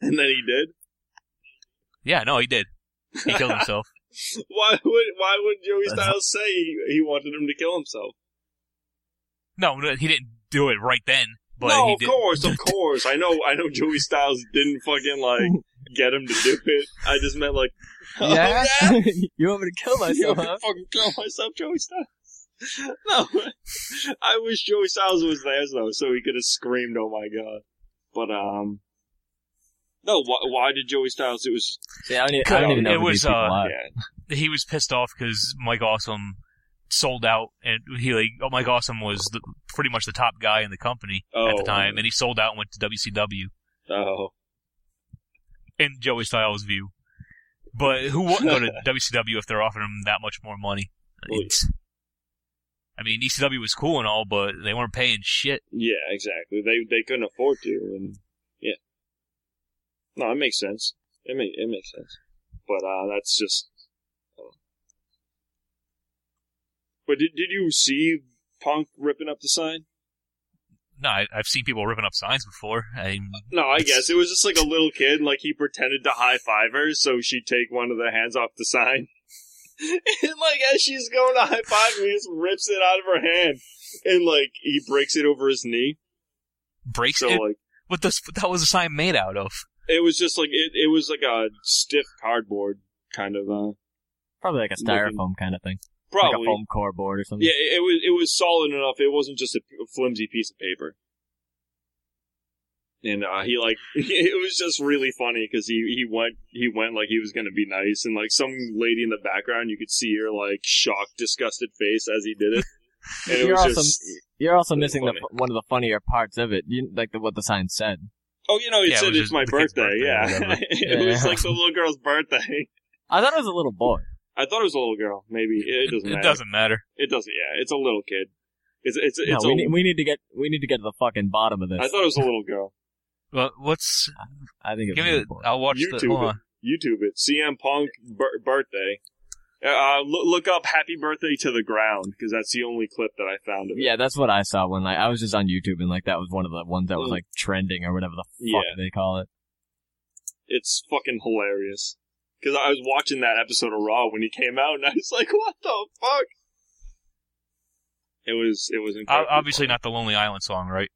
and then he did.
Yeah, no, he did. He killed himself.
Why would why would Joey
That's-
Styles say he, he wanted him to kill himself?
No, no, he didn't do it right then. But
no,
he
of
did.
course, of course. I know, I know. Joey Styles didn't fucking like get him to do it. I just meant like, oh,
Yeah,
yeah?
you want me to kill myself?
I'm
huh?
gonna fucking kill myself, Joey Styles. No, I wish Joey Styles was there though, so he could have screamed, "Oh my god!" But um, no. Why, why did Joey Styles? It was
Yeah, I don't, e- I don't even know
It
who
was,
these people
uh,
are.
yeah,
he was pissed off because Mike Awesome sold out, and he like oh, Mike Awesome was the, pretty much the top guy in the company at
Oh.
the time, and he sold out and went to WCW
oh,
in Joey Styles' view. But who wouldn't go to WCW if they're offering him that much more money?
Well,
It's- I mean, ECW was cool and all, but they weren't paying shit.
yeah, exactly. They they couldn't afford to, and yeah. No, it makes sense. It make, it makes sense. But uh, that's just. oh. But did did you see Punk ripping up the sign?
No, I, I've seen people ripping up signs before. I,
No, I
It's-
guess it was just like a little kid, like he pretended to high five her, so she'd take one of the hands off the sign. and like as she's going to high five him, he just rips it out of her hand, and like he breaks it over his knee.
breaks
So
it.
like
What this? That was a sign made out of.
it was just like it, it was like a stiff cardboard kind of uh
Probably like a
Looking-
styrofoam kind of thing, like a
probably
foam core board or something.
yeah it, it was it was solid enough. It wasn't just a p- flimsy piece of paper. and uh, he like it was just really funny because he he went he went like he was gonna be nice, and like some lady in the background, you could see her like shocked, disgusted face as he did it. And it
you're
was
also
just
you're also
it was
missing the,
funny.
fu- one of the funnier parts of it, you, like the, what the sign said.
oh, you know, it
Yeah, it
said
was
it's
just
my
the kid's
birthday.
birthday or
Yeah,
whatever.
it was
Yeah.
like the little girl's birthday.
I thought it was a little boy.
I thought it was a little girl. Maybe it, it doesn't.
It
matter.
doesn't matter.
It doesn't. Yeah, it's a little kid. It's it's
No,
it's
we,
a.
need, we need to get we need to get to the fucking bottom of this.
I thought it was a little girl.
Well, what's?
I think it was
Give
a
me.
little boy.
The, I'll watch the.
YouTube
Hold
it.
on.
YouTube it. CM Punk bir- birthday. Uh, look, look up "Happy Birthday to the Ground" because that's the only clip that I found of it.
yeah, that's what I saw when like I was just on YouTube and like that was one of the ones that was
Mm.
like trending or whatever the
Yeah.
fuck they call it.
It's fucking hilarious. Because I was watching that episode of Raw when he came out, and I was like, "What the fuck?" It was it was
O-
incredible.
Obviously, not the Lonely Island song, right?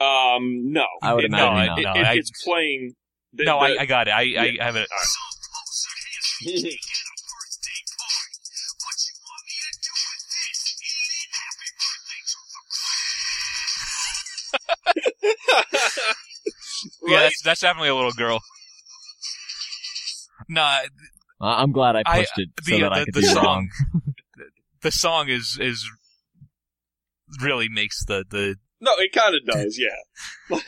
Um, no,
I would
It- no,
imagine
I-
not.
It-
no,
it- it's playing. the-
no,
the-
I, I got it. I,
Yeah.
I have it. Yeah,
right?
that's, that's definitely a little girl. Nah,
I- I'm glad I
I-
pushed it so
the
that
uh,
I
the,
could
the
be
song,
wrong.
the- the song is is really makes the the
No, it kind of does. Yeah,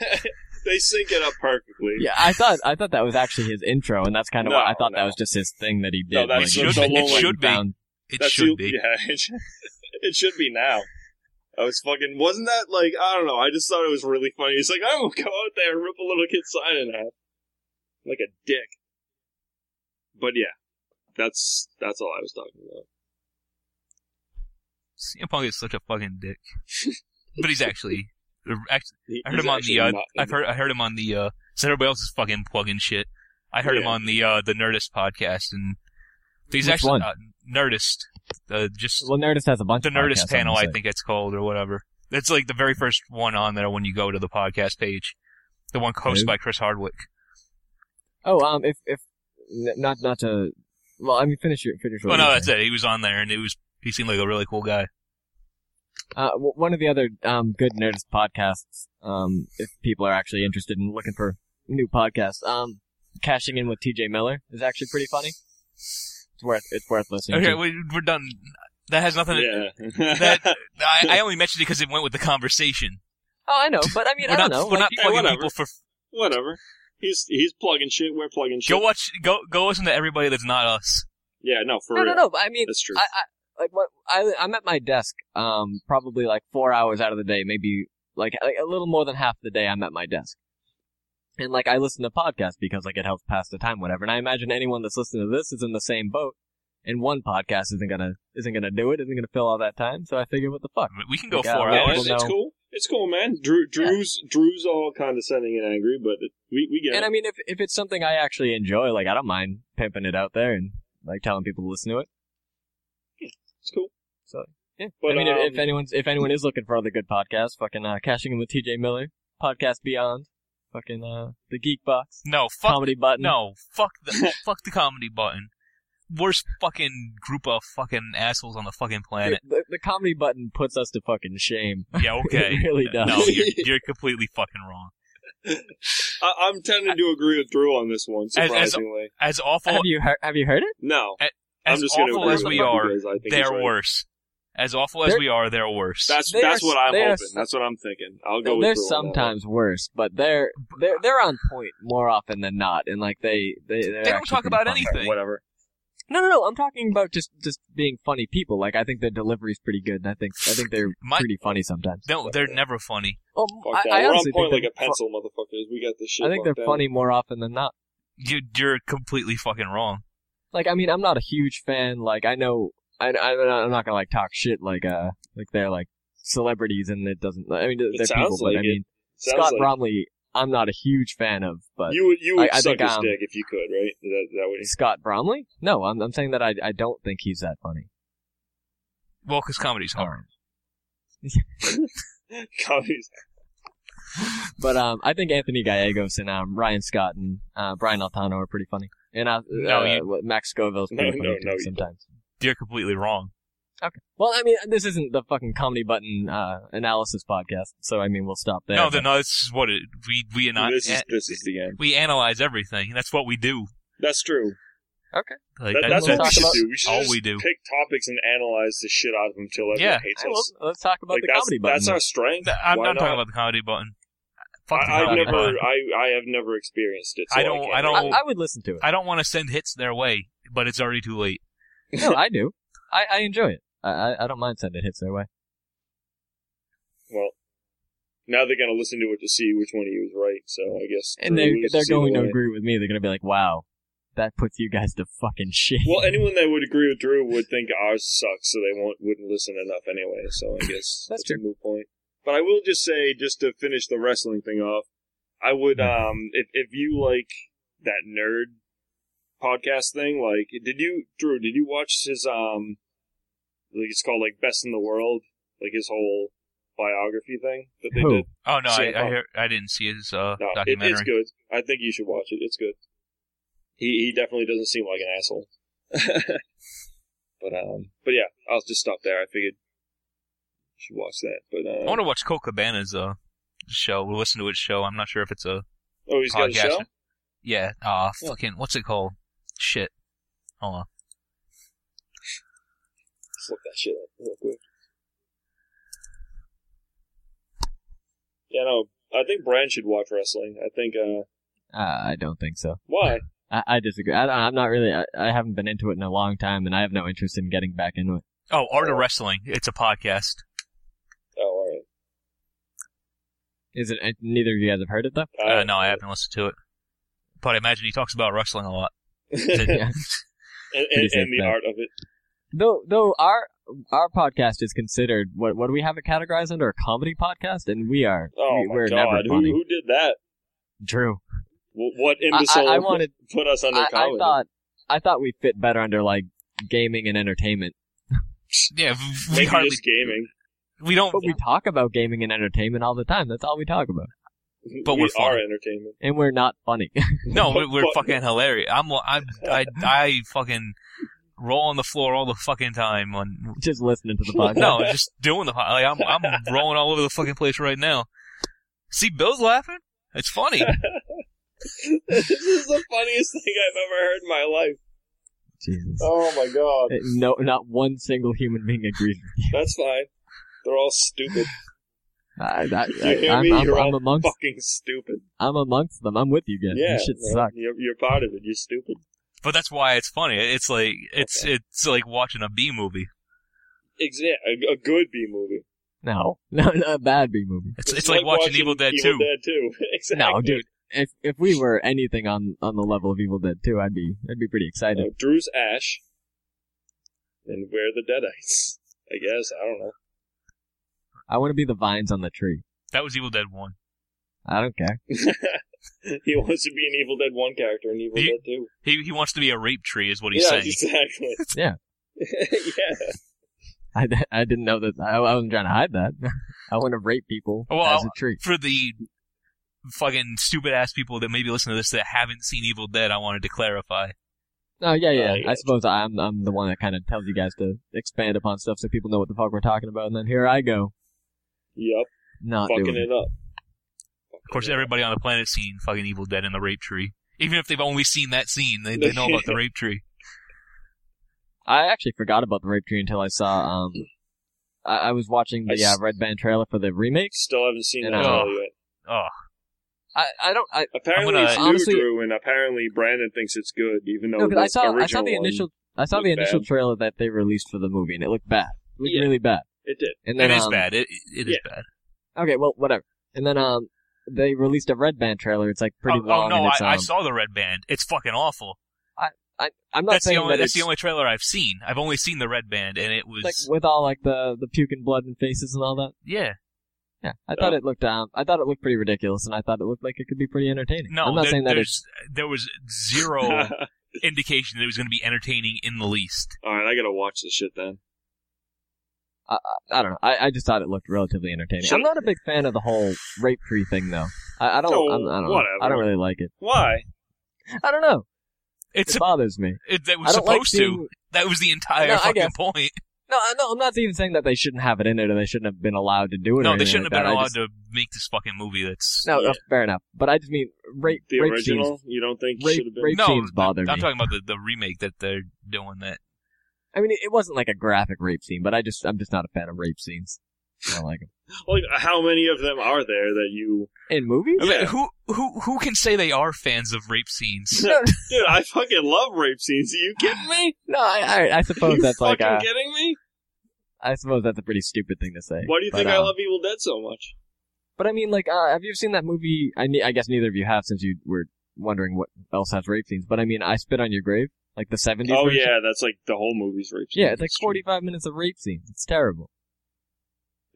they sync it up perfectly.
Yeah, I thought I thought that was actually his intro, and that's kind of
No,
what I thought that
no.
was just his thing that he
No,
did.
that's
like,
just It should the be- it
he
lonely- should be.
found-
it
That's
should
you-
be.
Yeah, it should, it should be now. I was fucking. Wasn't that like I don't know? I just thought it was really funny. He's like, I'm gonna go out there and rip a little kid's sign in half, like a dick. But yeah, that's that's all I was talking about.
CM Punk is such a fucking dick, but he's actually. actually
He-
I heard
he's
him on
actually
the. Uh,
not-
I've heard. I heard him on the. Uh, so everybody else is fucking plugging shit. I heard him
Yeah.
on the uh, the Nerdist podcast, and he's
Which
actually
one?
Uh, Nerdist. Uh, just
Well, Nerdist has a bunch
the
of
Nerdist
podcasts on
panel,
this
I
thing.
think it's called, or whatever. It's like the very first one on there when you go to the podcast page. The one hosted
Really?
by Chris Hardwick.
Oh, um, if if n- not not to, well, I mean, finish your finish.
Oh
what
no,
you're
that's
saying.
it. He was on there, and it was he seemed like a really cool guy.
Uh, w- one of the other um good Nerdist podcasts. Um, if people are actually interested in looking for new podcasts, um, cashing in with T.J. Miller is actually pretty funny. It's worth it's worth listening.
Okay,
to.
we, we're done. That has nothing. To,
Yeah.
that- I, I only mentioned it because it went with the conversation.
Oh, I know, but I mean,
We're
I
not,
don't know.
we're
like,
not
yeah,
plugging
whatever.
people for.
Whatever. He's he's plugging shit. We're plugging shit.
Go watch. Go go listen to everybody that's not us.
yeah, no, for
no,
real.
no, no. but I mean,
That's true.
I, I like what I I'm at my desk um probably like four hours out of the day, maybe like, like a little more than half the day I'm at my desk. And like I listen to podcasts because like it helps pass the time, whatever. And I imagine anyone that's listening to this is in the same boat. And one podcast isn't gonna isn't gonna do it, isn't gonna fill all that time. So I figure, what the fuck?
We can go
Yeah,
four
let
yeah,
people
hours.
it's, it's
know.
cool. It's cool, man. Drew, Drew's Drew's all condescending and angry, but it, we we get it.
And I mean, if if it's something I actually enjoy, like I don't mind pimping it out there and like telling people to listen to it.
It's cool.
Yeah.
But,
I mean, if, if
um,
anyone's if anyone is looking for other good podcasts, fucking uh, cashing in with T.J. Miller, podcast Beyond, fucking uh, the Geek Box,
No, fuck
comedy button.
No, fuck the fuck the comedy button. Worst fucking group of fucking assholes on the fucking
the,
planet.
the, the comedy button puts us to fucking shame.
Yeah, okay.
it really does.
No, you're, you're completely fucking wrong.
I, I'm tending to agree with Drew on this one,
as-
surprisingly.
As awful
Have you heard? Have you heard it?
no,
as
I'm just gonna
awful
agree
as
with
we
you
are,
guys. I think he's
they're
right.
worse. As awful as
They're-
we are, they're worse.
That's
They
that's
are-
what I'm
they are
hoping.
s-
That's what I'm thinking. I'll go.
They're
with Drew on that one. uh,
sometimes worse, but they're they're they're on point more often than not, and like they they they're
They don't
actually
talk
pretty
about
funny.
anything.
Whatever.
No, no, no. I'm talking about just just being funny people. Like I think their delivery's pretty good, and I think I think they're
My-
pretty funny sometimes.
no, they're never funny.
Well,
Fuck
I,
that.
I
We're on
honestly
point
think
like a
they're fu-
pencil, motherfuckers. We got this shit.
I think they're
locked down.
funny more often than not.
You, you're completely fucking wrong.
like I mean I'm not a huge fan. Like I know I, I I'm not gonna like talk shit like uh like they're like celebrities and it doesn't. I mean they're
sounds
people,
like
but I
it.
mean
Sounds
Scott
like
Bromley I'm not a huge fan of, but
you would you would
I- I
suck
think,
his
um,
dick if you could, right? Is That that way.
Scott Bromley? No, I'm I'm saying that I I don't think he's that funny.
Well, because comedy's hard.
Comedy's
But um I think Anthony Gallegos and um Ryan Scott and uh Brian Altano are pretty funny. And uh,
No,
uh,
you-
Max Scoville's pretty
No,
funny
no,
too
no, you don't.
sometimes.
You're completely wrong.
Okay. Well, I mean, this isn't the fucking comedy button uh, analysis podcast, so I mean, we'll stop there.
no, then no, this is what it, we we and
this is
a-
this is the end.
we analyze everything. That's what we do.
That's true.
Like
That- that's
we'll
what we
talk
should
about
do. We should
all
just
we do.
pick topics and analyze the shit out of them till everyone
Yeah.
hates
Hey, well,
us.
let's talk about
Like
the
that's
comedy button.
that's our strength.
Th- I'm
Why
not,
not?
talking about the comedy button. Fuck the
I, I've
comedy
never.
button.
I I have never experienced it. So
I don't-
can't
I don't-
really-
I, I would listen to it.
I don't want to send hits their way, but it's already too late.
no, I do. I, I enjoy it. I, I, I don't mind sending hits their way.
Well, now they're gonna listen to it to see which one he was right. So I guess.
And
Drew
they,
was
they're
the
going to
one.
agree with me. They're going to be like, wow, that puts you guys to fucking shame.
Well, anyone that would agree with Drew would think ours sucks, so they won't wouldn't listen enough anyway. So I guess
That's
a moot point. But I will just say, just to finish the wrestling thing off, I would
Mm-hmm.
um if if you like that nerd podcast thing, like did you Drew? Did you watch his um like it's called like Best in the World, like his whole biography thing that they
Who?
did?
Oh no, I
Shit,
I,
oh.
hear, I didn't see his uh,
No, it,
documentary.
it's good. I think you should watch it. It's good. He he definitely doesn't seem like an asshole. but um, but yeah, I'll just stop there. I figured you should watch that. But
I
uh,
want to watch Cole Cabana's uh, show. We'll listen to his show. I'm not sure if it's a
oh, he's got a
podcast.
show.
Yeah. Uh,
Yeah.
fucking what's it called? Shit. Hold on.
Let's look that shit up real quick. Yeah, no, I think Brand should watch wrestling. I think uh,
uh, I don't think so.
why?
I, I disagree. I, I'm not really, I, I haven't been into it in a long time, and I have no interest in getting back into it.
Oh, Art of
Oh.
Wrestling. It's a podcast.
Oh, all right.
Is it, neither of you guys have heard it, though?
Uh, no, I haven't listened to it, but I imagine he talks about wrestling a lot.
and,
Yeah.
and, and the
That.
art of it.
Though, though our our podcast is considered what what do we have it categorized under a comedy podcast, and we are
Oh
we,
my
we're
god,
never
who,
funny.
who did that?
Drew,
Wh- What
I, I,
imbecile
I wanted
put us under
I, I
comedy?
thought I thought we fit better under like gaming and entertainment,
Yeah, we
Maybe
hardly
just gaming.
we don't.
but we talk about gaming and entertainment all the time. That's all we talk about,
But
we
we're funny.
are entertainment.
and we're not funny.
No, we're,
But-
we're
but-
fucking hilarious. I'm I I I fucking roll on the floor all the fucking time on.
Just listening to the podcast.
No, just doing the po- like I'm I'm rolling all over the fucking place right now. See, Bill's laughing. It's funny.
this is the funniest thing I've ever heard in my life.
Jesus.
Oh my god,
Uh, No, not one single human being agrees. with you.
that's fine. They're all stupid,
I,
hear
am
me?
I'm,
You're
I'm
all
amongst
fucking stupid.
I'm amongst them. I'm with you guys.
Yeah,
this shit
well,
sucks.
You're, you're part of it. You're stupid.
But that's why it's funny. It's like it's it's like watching a B movie.
Exact. A, a good B movie.
No, no, not a bad B movie.
It's it's, like, watching, Evil Dead Two.
Dead 2. exactly.
No, dude. If if we were anything on on the level of Evil Dead 2, I'd be I'd be pretty excited.
No, Drew's Ash, and we're the Deadites. I guess I don't know.
I want to be the vines on the tree.
That was Evil Dead One.
I don't care.
he wants to be an Evil Dead One character in Evil
You-
Dead Two.
He he wants to be a rape tree, is what he's
yeah,
saying.
exactly.
Yeah.
yeah.
I, di- I didn't know that. I, I wasn't trying to hide that. I want to rape people
Well,
as a tree.
For the fucking stupid ass people that maybe listen to this that haven't seen Evil Dead, I wanted to clarify.
Oh yeah,
I
yeah. I
gotcha.
suppose I'm I'm the one that kind of tells you guys to expand upon stuff so people know what the fuck we're talking about, and then here I go,
Yep,
not
fucking
doing it.
it up.
Of course, everybody on the planet's seen fucking Evil Dead and the rape tree. Even if they've only seen that scene, they, they know about the rape tree.
I actually forgot about the rape tree until I saw um, I, I was watching
I
the
s-
uh, Red Band trailer for the remake.
Still haven't seen
And,
that
uh,
all yet.
Oh,
I I don't I
Apparently
gonna-
it's new,
Honestly-
Drew, and apparently Brandon thinks it's good, even though
No, because I
the
saw I saw
original
the
one-
initial I saw the
looked
initial
bad.
trailer that they released for the movie, and it looked bad. It looked
Yeah.
really bad.
It did.
And then
it is
um,
bad. It it is bad.
Okay, well, whatever. And then um, they released a Red Band trailer. It's like pretty
oh, oh,
long.
no,
and it's,
I, I
um,
saw the red band. It's fucking awful.
I, I'm not
That's the
saying
only
that
that's the
it's-
only trailer I've seen. I've only seen the red band, and it was
like with all like the the puke and blood and faces and all that.
yeah.
Yeah, I thought it looked um, I thought it looked pretty ridiculous, and I thought it looked like it could be pretty entertaining.
No,
I'm not
there,
saying that it's
there's there was zero indication that it was going to be entertaining in the least.
all right, I gotta watch this shit then.
I don't know. I, I just thought it looked relatively entertaining.
Should-
I'm not a big fan of the whole rape tree thing though. I, I don't.
No,
I'm, I don't. know.
whatever.
I don't really like it.
Why?
I don't know.
It's
It bothers me.
It, that was
I don't like
supposed
seeing
to. That was the entire
No, I
fucking
guess.
point.
No, I- no, I'm not even saying that they shouldn't have it in it or they shouldn't have been allowed to do it. or
No, they
anything
shouldn't have
like that.
been
I
allowed
just-
to make this fucking movie. That's
No,
Yeah.
uh, fair enough. But I just mean rape.
The
rape
original,
Scenes.
you don't think
Rape-
should have been?
rape-
no.
scenes bother
I'm
me.
talking about the, the remake that they're doing. That
I mean, it wasn't like a graphic rape scene, but I just I'm just not a fan of rape scenes. I don't like them
Like, how many of them are there that you?
in movies.
Yeah.
who who who can say they are fans of rape scenes?
Dude, I fucking love rape scenes. Are you kidding me?
No, I I, I
Are
suppose
you
that's like
fucking
a,
kidding me?
I suppose that's a pretty stupid thing to say.
Why do you
But,
think I
um,
love Evil Dead so much?
But I mean, like, uh, have you seen that movie? I ne- I guess neither of you have, since you were wondering what else has rape scenes. But I mean, I spit on your grave, like the '70s.
Oh
version.
yeah, that's like the whole movie's rape.
yeah.
scenes.
It's like
That's true.
45 minutes of rape scenes. It's terrible.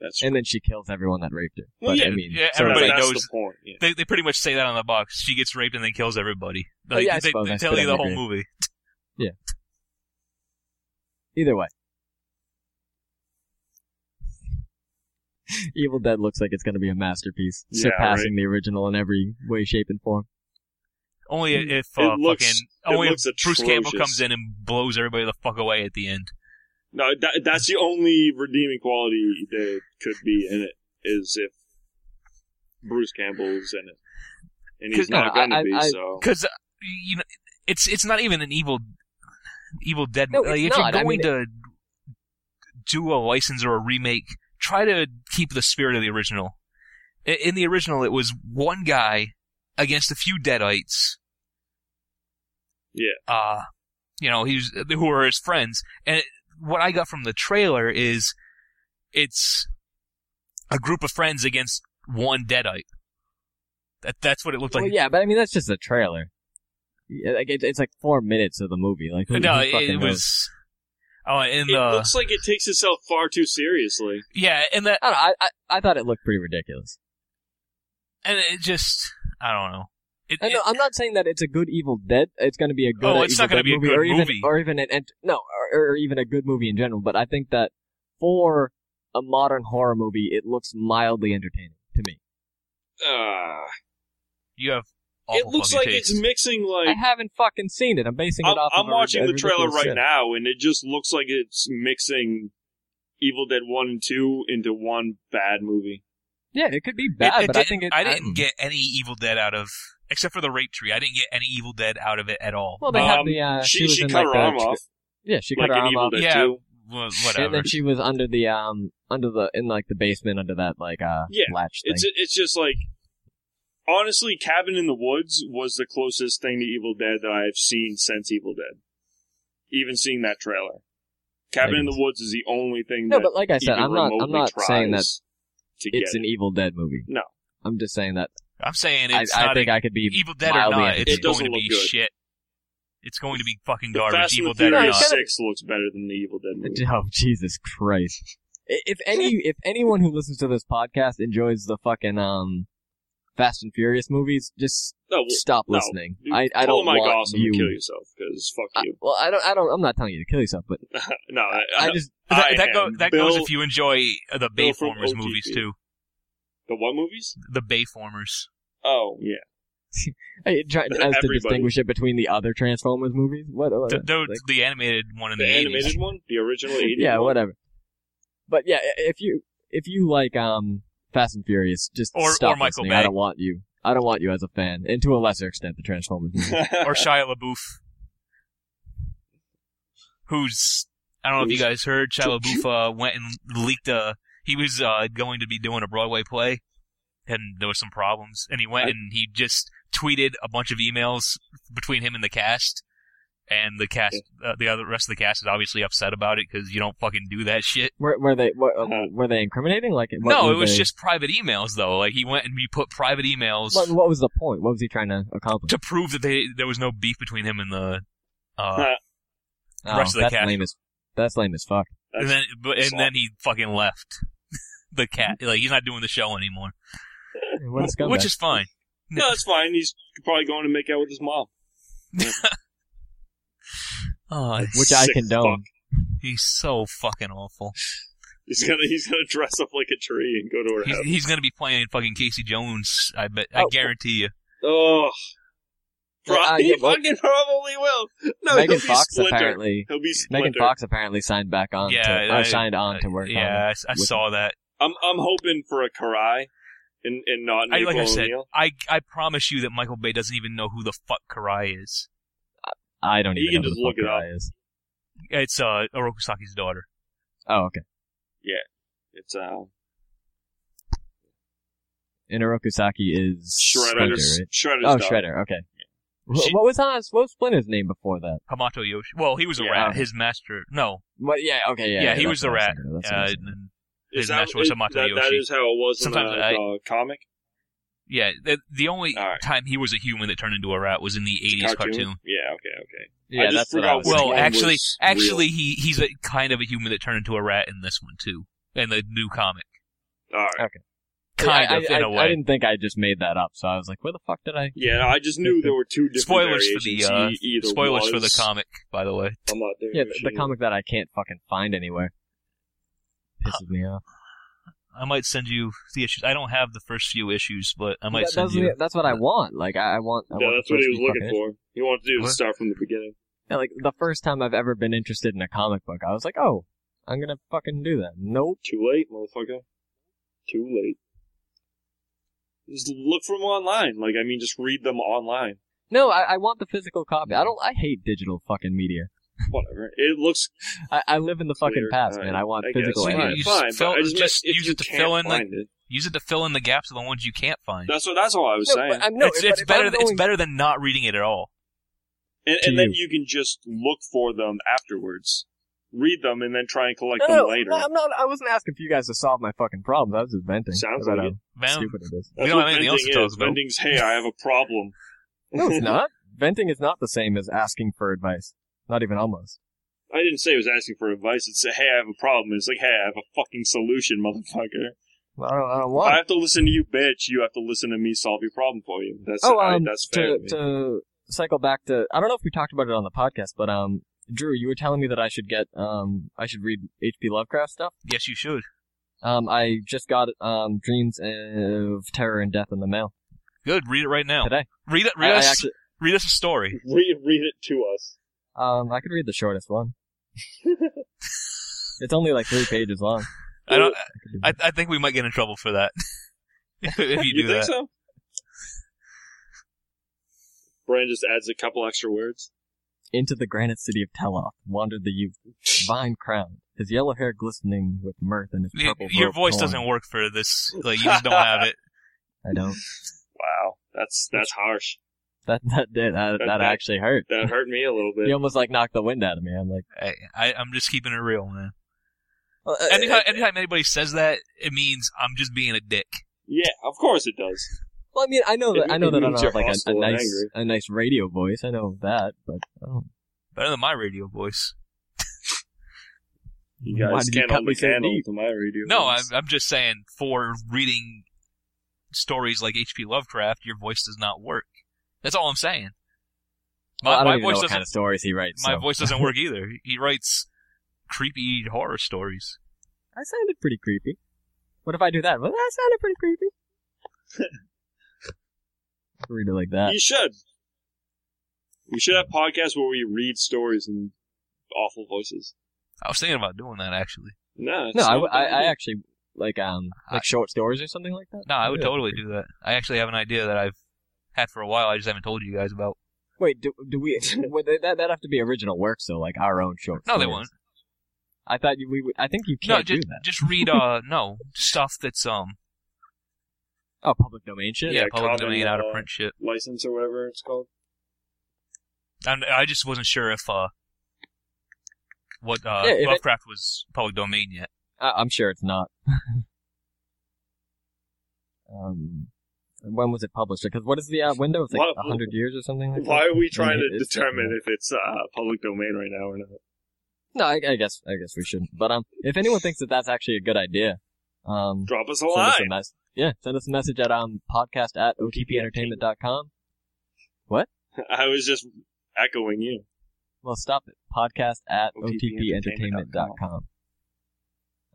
That's true.
And then she kills everyone that raped her. But
Well,
I
yeah,
mean,
yeah,
so
But
it's
everybody
like,
that's
knows-
the point. Yeah.
They they pretty much say that on the box. She gets raped and then kills everybody.
Oh,
Like,
yeah, I
they,
suppose
they
I
tell
spit
you
on
the
your
whole
grave.
movie.
either way. Evil Dead looks like it's going to be a masterpiece,
Yeah,
surpassing the original in every way, shape, and form.
Only if
It
uh,
looks-
fucking
it
only if
looks
Bruce Campbell
atrocious.
comes in and blows everybody the fuck away at the end.
No, that, that's the only redeeming quality that could be in it is if Bruce Campbell's in it, and he's
'Cause, no,
not going
I-
to be.
I-
so
Because uh, you know, it's it's not even an evil, Evil Dead.
No,
like,
it's
if
not. I
you're going
mean,
to do a license or a remake, try to keep the spirit of the original. I- In the original, it was one guy against a few Deadites.
Yeah.
Uh you know, he's who are his friends, and it, what I got from the trailer is it's a group of friends against one Deadite. That that's what it looked like.
well, yeah, but I mean, that's just a trailer. Yeah, like it, it's like four minutes of the movie. Like who,
no,
who
it,
fucking
it
knows?
was. Oh, and
it
uh,
looks like it takes itself far too seriously.
yeah, and that,
I don't know. I, I, I thought it looked pretty ridiculous.
and it just, I don't know. It,
I know,
it-
I'm not saying that it's a good Evil Dead. It's going to be a good.
Oh, it's
Evil
not gonna
Dead
be a
movie,
good
or even,
movie.
or even an ent- no, or, or even a good movie in general. But I think that for a modern horror movie, it looks mildly entertaining to me.
Uh,
you have.
it
awful
looks like
fucking
it's
takes.
mixing
I
like
haven't fucking seen it. I'm basing it
I'm,
off.
I'm
of a-
watching
a
the trailer
ridiculous
right
shit.
now, and it just looks like it's mixing Evil Dead One and Two into one bad movie.
Yeah, it could be
It-
bad,
it
but I
didn't-
think it.
I didn't get any Evil Dead out of, except for the rape tree. I didn't get any Evil Dead out of it at all.
Well, they had
Um,
the. Uh,
she
she was
she
in,
cut
like,
her
the-
arm off,
Yeah, she cut
like
her
in
arm
Evil
off.
Dead
Yeah.
Two.
Wha-
And
whatever.
then she was under the um under the in like the basement under that like uh
Yeah,
latch thing.
It's it's just like honestly, Cabin in the Woods was the closest thing to Evil Dead that I've seen since Evil Dead. Even seeing that trailer, Cabin in the Woods is the only thing.
no,
that
but like I said,
even
I'm not I'm
remotely
not
tries
saying that
to
it's
get
an Evil Dead movie.
No.
I'm just saying that
I'm saying
I,
it's
I
not
think
a-
I could be
Evil Dead or
mildly
not. It's
entertaining. It
going
doesn't
to be
look good.
shit. It's going to be fucking
The
garbage.
Fast and
Evil
the
Dead or
Furious shit.
not.
Six looks better than the Evil Dead movie.
Oh Jesus Christ! I- If any, if anyone who listens to this podcast enjoys the fucking um, Fast and Furious movies, just
No, well,
stop
no.
listening.
You
I, I
pull
don't
my
want
Gosling
you.
and kill yourself because fuck
I-
you.
well, I don't, I don't, I'm not telling you to kill yourself, but
no, I, I,
I just,
I
That, that,
am
go, that
Bill-
goes if you enjoy uh, the
Bill from
Bayformers
OGP.
movies too.
the what movies?
The Bayformers.
Oh yeah,
I try as to
Everybody.
distinguish it between the other Transformers movies. What? what-
The, the,
Oh, like-
the animated one in
the
the, 80s.
animated one, the original eighty.
yeah,
one?
whatever. But yeah, i- if you if you like um Fast and Furious, just
Or-
stop
or Michael
listening.
Bay.
I don't want you. I don't want you as a fan, and to a lesser extent, the Transformers. movies.
or Shia LaBeouf, who's I don't know if you guys heard Shia LaBeouf uh, went and leaked a he was uh, going to be doing a Broadway play, and there was some problems, and he went
I-
and he just tweeted a bunch of emails between him and the cast, and the cast uh, the other rest of the cast is obviously upset about it because you don't fucking do that shit.
were, were they were,
Uh,
were they incriminating? Like what
no,
were
it was
they-
just private emails though. Like he went and he put private emails
What, what was the point? What was he trying to accomplish?
to prove that they there was no beef between him and the. Uh,
Oh,
rest of the
that's
cast.
lame as that's lame as fuck.
That's-
and then but, and
sloppy.
then he fucking left the cat. Like he's not doing the show anymore,
What a scumbag.
which is fine.
No, it's fine. He's probably going to make out with his mom.
Oh,
Which I
sick
condone.
he's so fucking awful.
He's gonna he's gonna dress up like a tree and go to her
He's,
house.
he's gonna be playing fucking Casey Jones. I bet. I
Oh.
guarantee you.
Oh, Pro-
Uh,
he
yeah, well-
fucking probably will. No,
Megan
he'll be
Fox
Splinter.
apparently.
He'll be Splinter.
Megan Fox apparently signed back on.
Yeah,
to, or
I-
signed on to work.
yeah, I s- I,
with-
saw that.
I'm I'm hoping for a Karai, and and not
I,
April
like I said,
O'Neil.
I I promise you that Michael Bay doesn't even know who the fuck Karai is.
On. I don't
You can
even know who
just
the
look
fuck
it up.
Karai is.
It's uh Orokusaki's daughter.
Oh, okay.
It's uh,
Inarokusaki is Splinter,
Shredder's
right?
Shredder's
Oh,
dog.
Shredder. Okay.
She-
Wh- what was Hans? What was Splinter's name before that?
Hamato Yoshi. Well, he was a
Yeah.
rat. His master. No,
What? Yeah. Okay. Yeah.
Yeah, he
that's
was the
what I
rat,
thinking of, that's what I
uh,
was thinking of.
Is
his
that,
master was
is-
Hamato
that, that
Yoshi.
is how it was in
Sometimes
the
I-
the comic.
Yeah, the, the only
All right.
time he was a human that turned into a rat was in the
cartoon.
'80s cartoon.
Yeah. Okay. Okay. I
yeah,
just
that's what
forgot
I was.
which
thinking.
Well,
one
actually,
was real.
actually, he he's a kind of a human that turned into a rat in this one too, in the new comic.
All right.
Kind
I,
of
I,
in
I-
a
I
way.
didn't think I just made that up, so I was like, "Where the fuck did I?"
Yeah. No, I just knew there were two different
Spoilers for the
variations.
uh,
He either
spoilers for the
was-
comic, by the way.
I'm not there.
Yeah, the, the comic that I can't fucking find anywhere pisses me off.
I might send you the issues. I don't have the first few issues, but I might
That-
send
that's,
you.
what- that's what I want. Like, I, I want. I
Yeah,
want the
that's what
first
he was
few
looking
fucking-
for. He wanted to do
What?
is start from the beginning.
Yeah, like the first time I've ever been interested in a comic book, I was like, "Oh, I'm gonna fucking do that." Nope.
Too late, motherfucker. Too late. Just look for them online. Like, I mean, just read them online.
No, I, I want the physical copy. I don't. I hate digital fucking media.
Whatever. It looks
I, I live in the fucking
Clear.
past,
All
man.
right.
I want
I guess.
physical.
Fine,
evidence.
You
fine,
just
but I
fill-
just,
just
meant if
use
you
it to
can't
fill in the-
find it.
Use it to fill in the gaps of the ones you can't find.
That's what that's all I was
No,
saying.
but I'm- no,
it's
but
it's
if
better.
I'm
than- It's
going-
better than not reading it at all.
and
to
and then you
you.
can just look for them afterwards, read them, and then try and collect
No,
them
no,
later.
no, I'm not. I wasn't asking for you guys to solve my fucking problems. I was just venting.
Sounds
about
like
how
it.
Man,
Stupid it is.
We
That's
don't
what
have anything
venting
else to talk
is.
about.
Venting's, hey, I have a problem.
No, it's not. Venting is not the same as asking for advice. Not even almost.
I didn't say it was asking for advice. It's hey, I have a problem. It's like hey, I have a fucking solution, motherfucker.
I don't. I don't
I
want.
have to listen to you, bitch. You have to listen to me solve your problem for you. That's
oh,
I,
um,
that's fair.
to
to me.
to cycle back to. I don't know if we talked about it on the podcast, but um, Drew, you were telling me that I should get um, I should read H.P. Lovecraft stuff.
Yes, you should.
Um, I just got um, Dreams of Terror and Death in the mail
Good. Read it right now.
today.
Read it.
I,
Read
I
us.
actually,
read us a story.
Read, read it to us.
um, I could read the shortest one. it's only like three pages long.
I don't.
I could do
I, I think we might get in trouble for that. if you do
think
that,
so? Brian just adds a couple extra words.
Into the granite city of Teloth wandered the youth, vine crowned, his yellow hair glistening with mirth and his
Y-
purple.
your
robe
voice
torn.
doesn't work for this. Like you just don't have it.
I don't.
Wow, that's that's harsh.
That that did that,
That-
that
that-
actually hurt.
That hurt me a little
He
bit.
almost like knocked the wind out of me. I'm like,
I, I, I'm just keeping it real, man.
uh, uh,
Anytime,
uh,
anytime anybody says that, it means I'm just being a dick.
Yeah, of course it does.
well, I mean, I know
It-
that I know
it
that I don't
means
have
you're
like a, a
hostile and
nice a nice radio voice. I know that, but oh. I don't.
Better than my radio voice.
You
Why
guys
did you
can't
cut
hold
me
the
so
candle
deep?
to my radio.
No, I'm,
voice.
I'm just saying for reading stories like H.P. Lovecraft, your voice does not work. That's all I'm saying. My,
Well, I don't
my
even know
voice
what
doesn't.
kind of stories he writes.
my
so.
voice doesn't work either. He writes creepy horror stories.
I sounded pretty creepy. What if I do that? Well, I sounded pretty creepy. Read it like that.
You should. We should have podcasts where we read stories and awful voices.
I was thinking about doing that actually.
No, it's
No, I,
not
w-
a bad
I, I
idea.
actually like um like short stories or something like that.
No, I would
Yeah.
totally do that. I actually have an idea that I've had for a while. I just haven't told you guys about.
Wait, do, do we? would they, that that have to be original works though, like our own short.
No, they
stories.
won't.
I thought you, we. would- I think you
No,
can't
just
do that.
just read uh no stuff that's um
Oh, public domain shit.
yeah
yeah,
public
common,
domain out of
uh,
print shit.
license or whatever it's called.
And I just wasn't sure if uh what uh
Yeah, if it-
Lovecraft was public domain yet.
I, I'm sure it's not. um, when was it published? Because what is the uh, window? It's like
Why-
a hundred years or something like that.
Why are we trying
Yeah,
to
it's
determine if it's uh, public domain right now or not?
No, I, I guess I guess we shouldn't. But um, if anyone thinks that that's actually a good idea, um,
Drop us a
send us a
line.
message. Yeah, send us a message at um podcast at otpentertainment.com.
I was just echoing you.
Well, stop it. Podcast at
otpentertainment.com.
otpentertainment.com.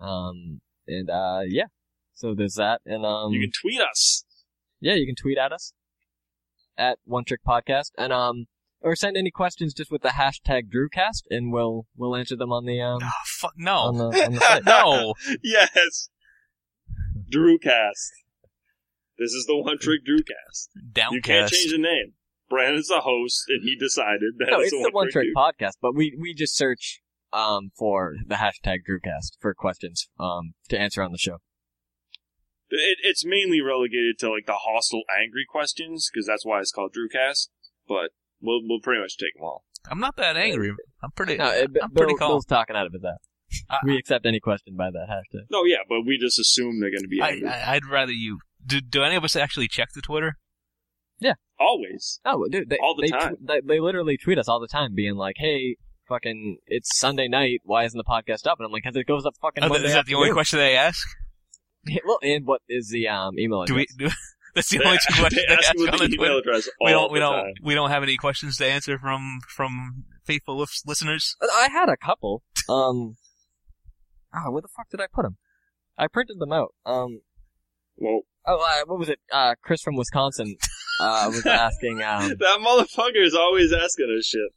Um, and uh, yeah. So there's that, and um,
You can tweet us.
yeah, you can tweet at us at One Trick Podcast, and um, or send any questions just with the hashtag DrewCast, and we'll we'll answer them on the um
Ah, fuck
on
no,
the on the site.
no.
yes. Drewcast. This is the one trick Drewcast. You can't
Downcast.
change the name. Brandon's the host, and he decided that
No,
it's,
it's the One Trick
Dude.
Podcast, but we we just search um for the hashtag DrewCast for questions um to answer on the show.
It, it's mainly relegated to like the hostile, angry questions because that's why it's called Drewcast. But we'll we'll pretty much take them all.
I'm not that angry. I'm pretty.
No, it,
I'm
Bill,
pretty calm.
Bill's talking out of his ass.
I-
We accept any question by that hashtag.
No, yeah, but we just assume they're going to be
I,
angry.
I, I'd rather you. Do, do any of us actually check the Twitter?
always.
Oh, well, dude, they,
All the
they,
time.
tw- they they literally tweet us all the time, being like, "Hey, fucking, it's Sunday night. Why isn't the podcast up?" And I'm like, "Cause it goes up fucking."
Oh, th-
Monday
is that the only
afternoon."
question they ask?
well, and what is the um email?
Do we?
address?
Do, that's the
They-
only two questions
they
they
ask
ask
with
on
the
the
email
Twitter.
address all
We don't. We
the
don't.
time.
We don't have any questions to answer from from faithful lis- listeners.
I had a couple. Um, ah, where the fuck did I put them? I printed them out. Um,
Well,
oh, uh, what was it? Uh, Chris from Wisconsin uh was asking. Um,
that motherfucker is always asking us shit.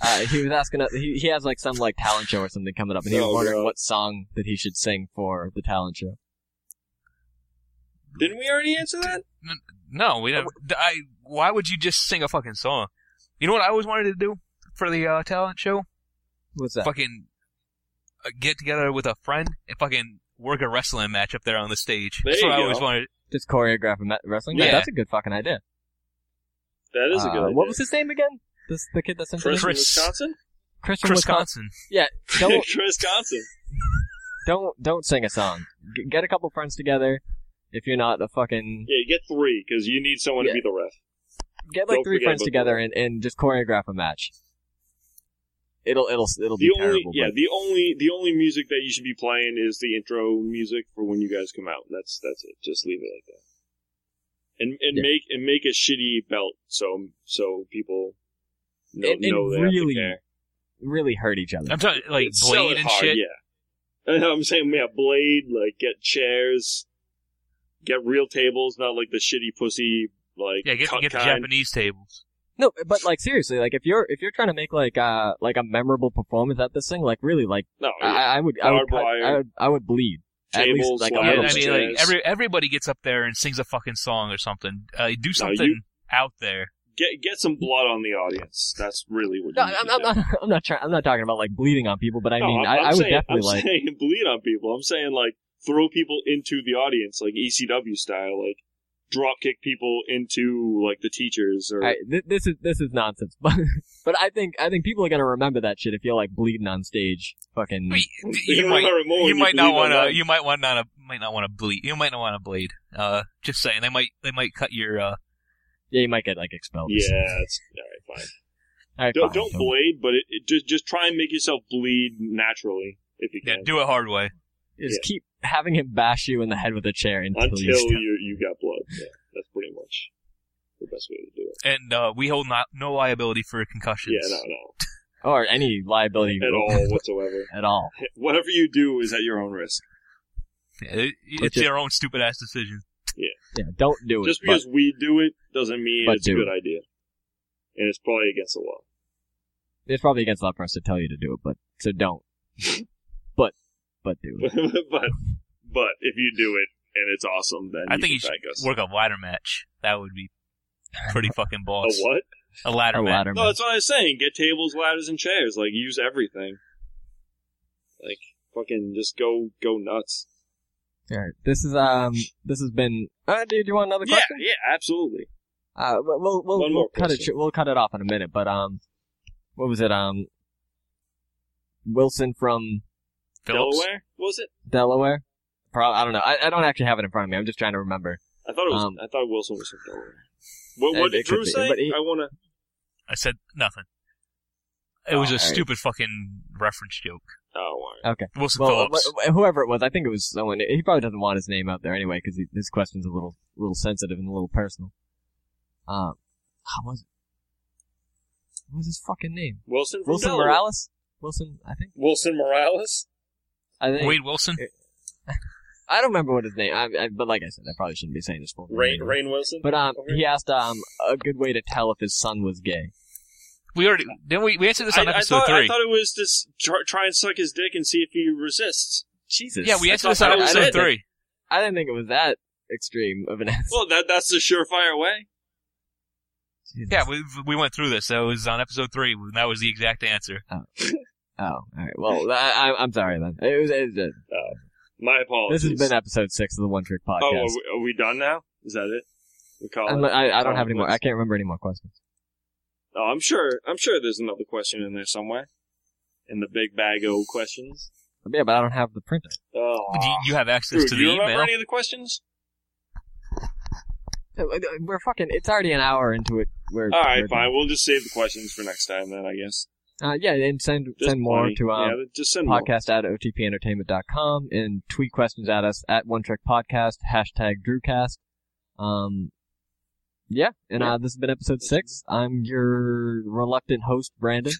Uh, he was asking. us- He, he has like some like talent show or something coming up, and he was
Oh,
wondering
God.
what song that he should sing for the talent show.
Didn't we already answer that?
No, we don't. I. Why would you just sing a fucking song? You know what I always wanted to do for the uh, talent show?
What's that?
Fucking uh, get together with a friend and fucking work a wrestling match up there on the stage.
There
That's what
you
I always
go.
wanted.
Just choreograph a ma- wrestling. match?
Yeah.
that's a good fucking idea.
That is a good
Uh,
idea.
What was his name again? This the kid that sent
Chris,
it
from
in?
Chris-
Wisconsin?
Chris from
Chris
Wisconsin.
Wisconsin.
Don't-
Chris Wisconsin.
Don't don't sing a song. G- get a couple friends together. If you're not a fucking
Yeah, you get three because you need someone
Yeah.
to be the ref.
get like
Don't
three
forget
friends
about
together and, and just choreograph a match. It'll it'll it'll
The
be
only
terrible.
yeah,
but-
the only the only music that you should be playing is the intro music for when you guys come out. That's that's it. Just leave it like that. And and
Yeah.
make and make a shitty belt so so people know,
And- and
know they have to
really
care.
really hurt each other.
I'm talking like
It's- sell
Blade
it
and
hard,
shit.
Yeah, And I'm saying yeah, blade like get chairs, get real tables, not like the shitty pussy like
Yeah, get
cut
get the
kind.
Japanese tables.
No, but like seriously, like if you're if you're trying to make like uh like a memorable performance at this thing, like really, like
No,
I,
yeah.
I would I would,
Barbed
cut-
wire.
I would I would bleed. at least,
tables,
like, a
Yeah,
I
ladders,
don't
I mean,
chairs.
like every everybody gets up there and sings a fucking song or something. Uh, do something out there.
get get some blood on the audience. That's really what.
No,
you need
I'm,
to
I'm
do.
not I'm not trying I'm not talking about like bleeding on people, but I
No,
mean
I'm-
I,
I'm
I would
saying,
definitely
I'm
like
saying bleed on people. I'm saying like throw people into the audience, like ECW style, like drop kick people into like the teachers or.
I, th- this is this is nonsense, but but I think I think people are gonna remember that shit if you're like bleeding on stage, fucking.
I mean,
They're
you
gonna
might
remember more when
you might not
bleed
want to
online.
you might want not a, might not want to bleed. You might not want to bleed. Uh, just saying they might they might cut your uh
Yeah, you might get like expelled.
Yeah, it's, all right, fine.
All right,
Don't,
fine,
don't blade, but it, it just just try and make yourself bleed naturally if you
yeah,
can
do it hard way.
Just keep having him bash you in the head with a chair until,
until
you. stop.
you you got blood. Yeah, that's pretty much the best way to do it.
And uh, we hold not, no liability for concussions.
Yeah, no, no,
or any liability
at all whatsoever.
at all.
Whatever you do is at your own risk.
Yeah, it-
But
it's
just-
your own stupid ass decision.
Yeah, don't do it.
Just
but-
because we do it doesn't mean
but
it's a
do
good idea. And it's probably against the law.
it's probably against law for us to tell you to do it, but so don't. but but do it.
but but if you do it and it's awesome, then
I
you
think you
can
should
thank us.
Work a ladder match. That would be pretty fucking
A
boss.
what?
A ladder
Or
match.
ladder
No,
match.
that's what I was saying. Get tables, ladders, and chairs. Like use everything. Like fucking just go go nuts.
All right, this is um, this has been. Uh, dude, you want another
Yeah,
question?
yeah, absolutely.
Uh, we'll we'll, we'll,
One
we'll
more
cut it.
question.
We'll cut it off in a minute. But um, what was it? Um, Wilson from
Phillips.
Delaware was it?
Delaware. Pro- I don't know. I, I don't actually have it in front of me. I'm just trying to remember.
I thought it was.
Um,
I thought Wilson was from Delaware. What,
it-
what
it
did
could
Drew
be,
say?
but he-
I want to.
I said nothing. It was
Oh, all
a
right.
stupid fucking reference joke.
Oh, all right.
Wilson
Well,
Phillips.
wh- wh- whoever it was, I think it was someone. He probably doesn't want his name out there anyway because his question's a little, little sensitive and a little personal. Um, how was it? What was his fucking name?
Wilson from
Wilson
Delaware.
Morales. Wilson, I think.
Wilson Morales.
I think.
Wade Wilson.
I don't remember what his name. I, I, but like I said, I probably shouldn't be saying his full name.
Rain,
anyway.
Rain Wilson.
But um,
Over
he asked um a good way to tell if his son was gay.
We already didn't we, we answered this on
I, I
episode
thought, I
three.
thought it was just try, try and suck his dick and see if he resists.
Jesus.
yeah, we
I
answered
thought
this on
that was
episode
it.
three.
I didn't think it was that extreme of an answer.
Well, that that's the surefire way.
Jesus.
Yeah, we we went through this. That was on episode three. and That was the exact answer.
Oh, all right. Well, I, I, I'm sorry then. It was. It was uh,
My apologies.
this has been episode six of the One Trick Podcast.
Oh, oh, are we, are we done now? Is that it? We call
I'm,
it.
I, I don't have any more.
Comments.
I can't remember any more questions.
Oh, I'm sure. I'm sure there's another question in there somewhere. In the big bag of questions.
Yeah, but I don't have the printer.
Oh,
Do you, you have access
Dude,
to
do
the
you remember
email?
any of the questions?
uh, We're fucking. It's already an hour into it. We're
All right,
we're-
fine. We'll just save the questions for next time then, I guess.
Uh, yeah, and send
There's
send more
plenty.
to um,
yeah, just send more.
podcast at otpentertainment.com and tweet questions at us at one trick podcast hashtag drewcast um yeah and uh this has been episode six i'm your reluctant host brandon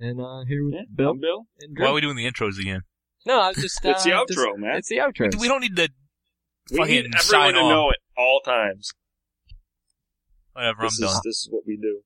and uh here with
Yeah,
bill
I'm Bill.
and Drew.
Why are we doing the intros again?
no i was just uh,
It's the outro,
just-
man.
it's the outro
We don't need to.
We
fucking
need everyone
sign
to
off.
know it all times.
Whatever.
This
I'm
is
done.
this is what we do.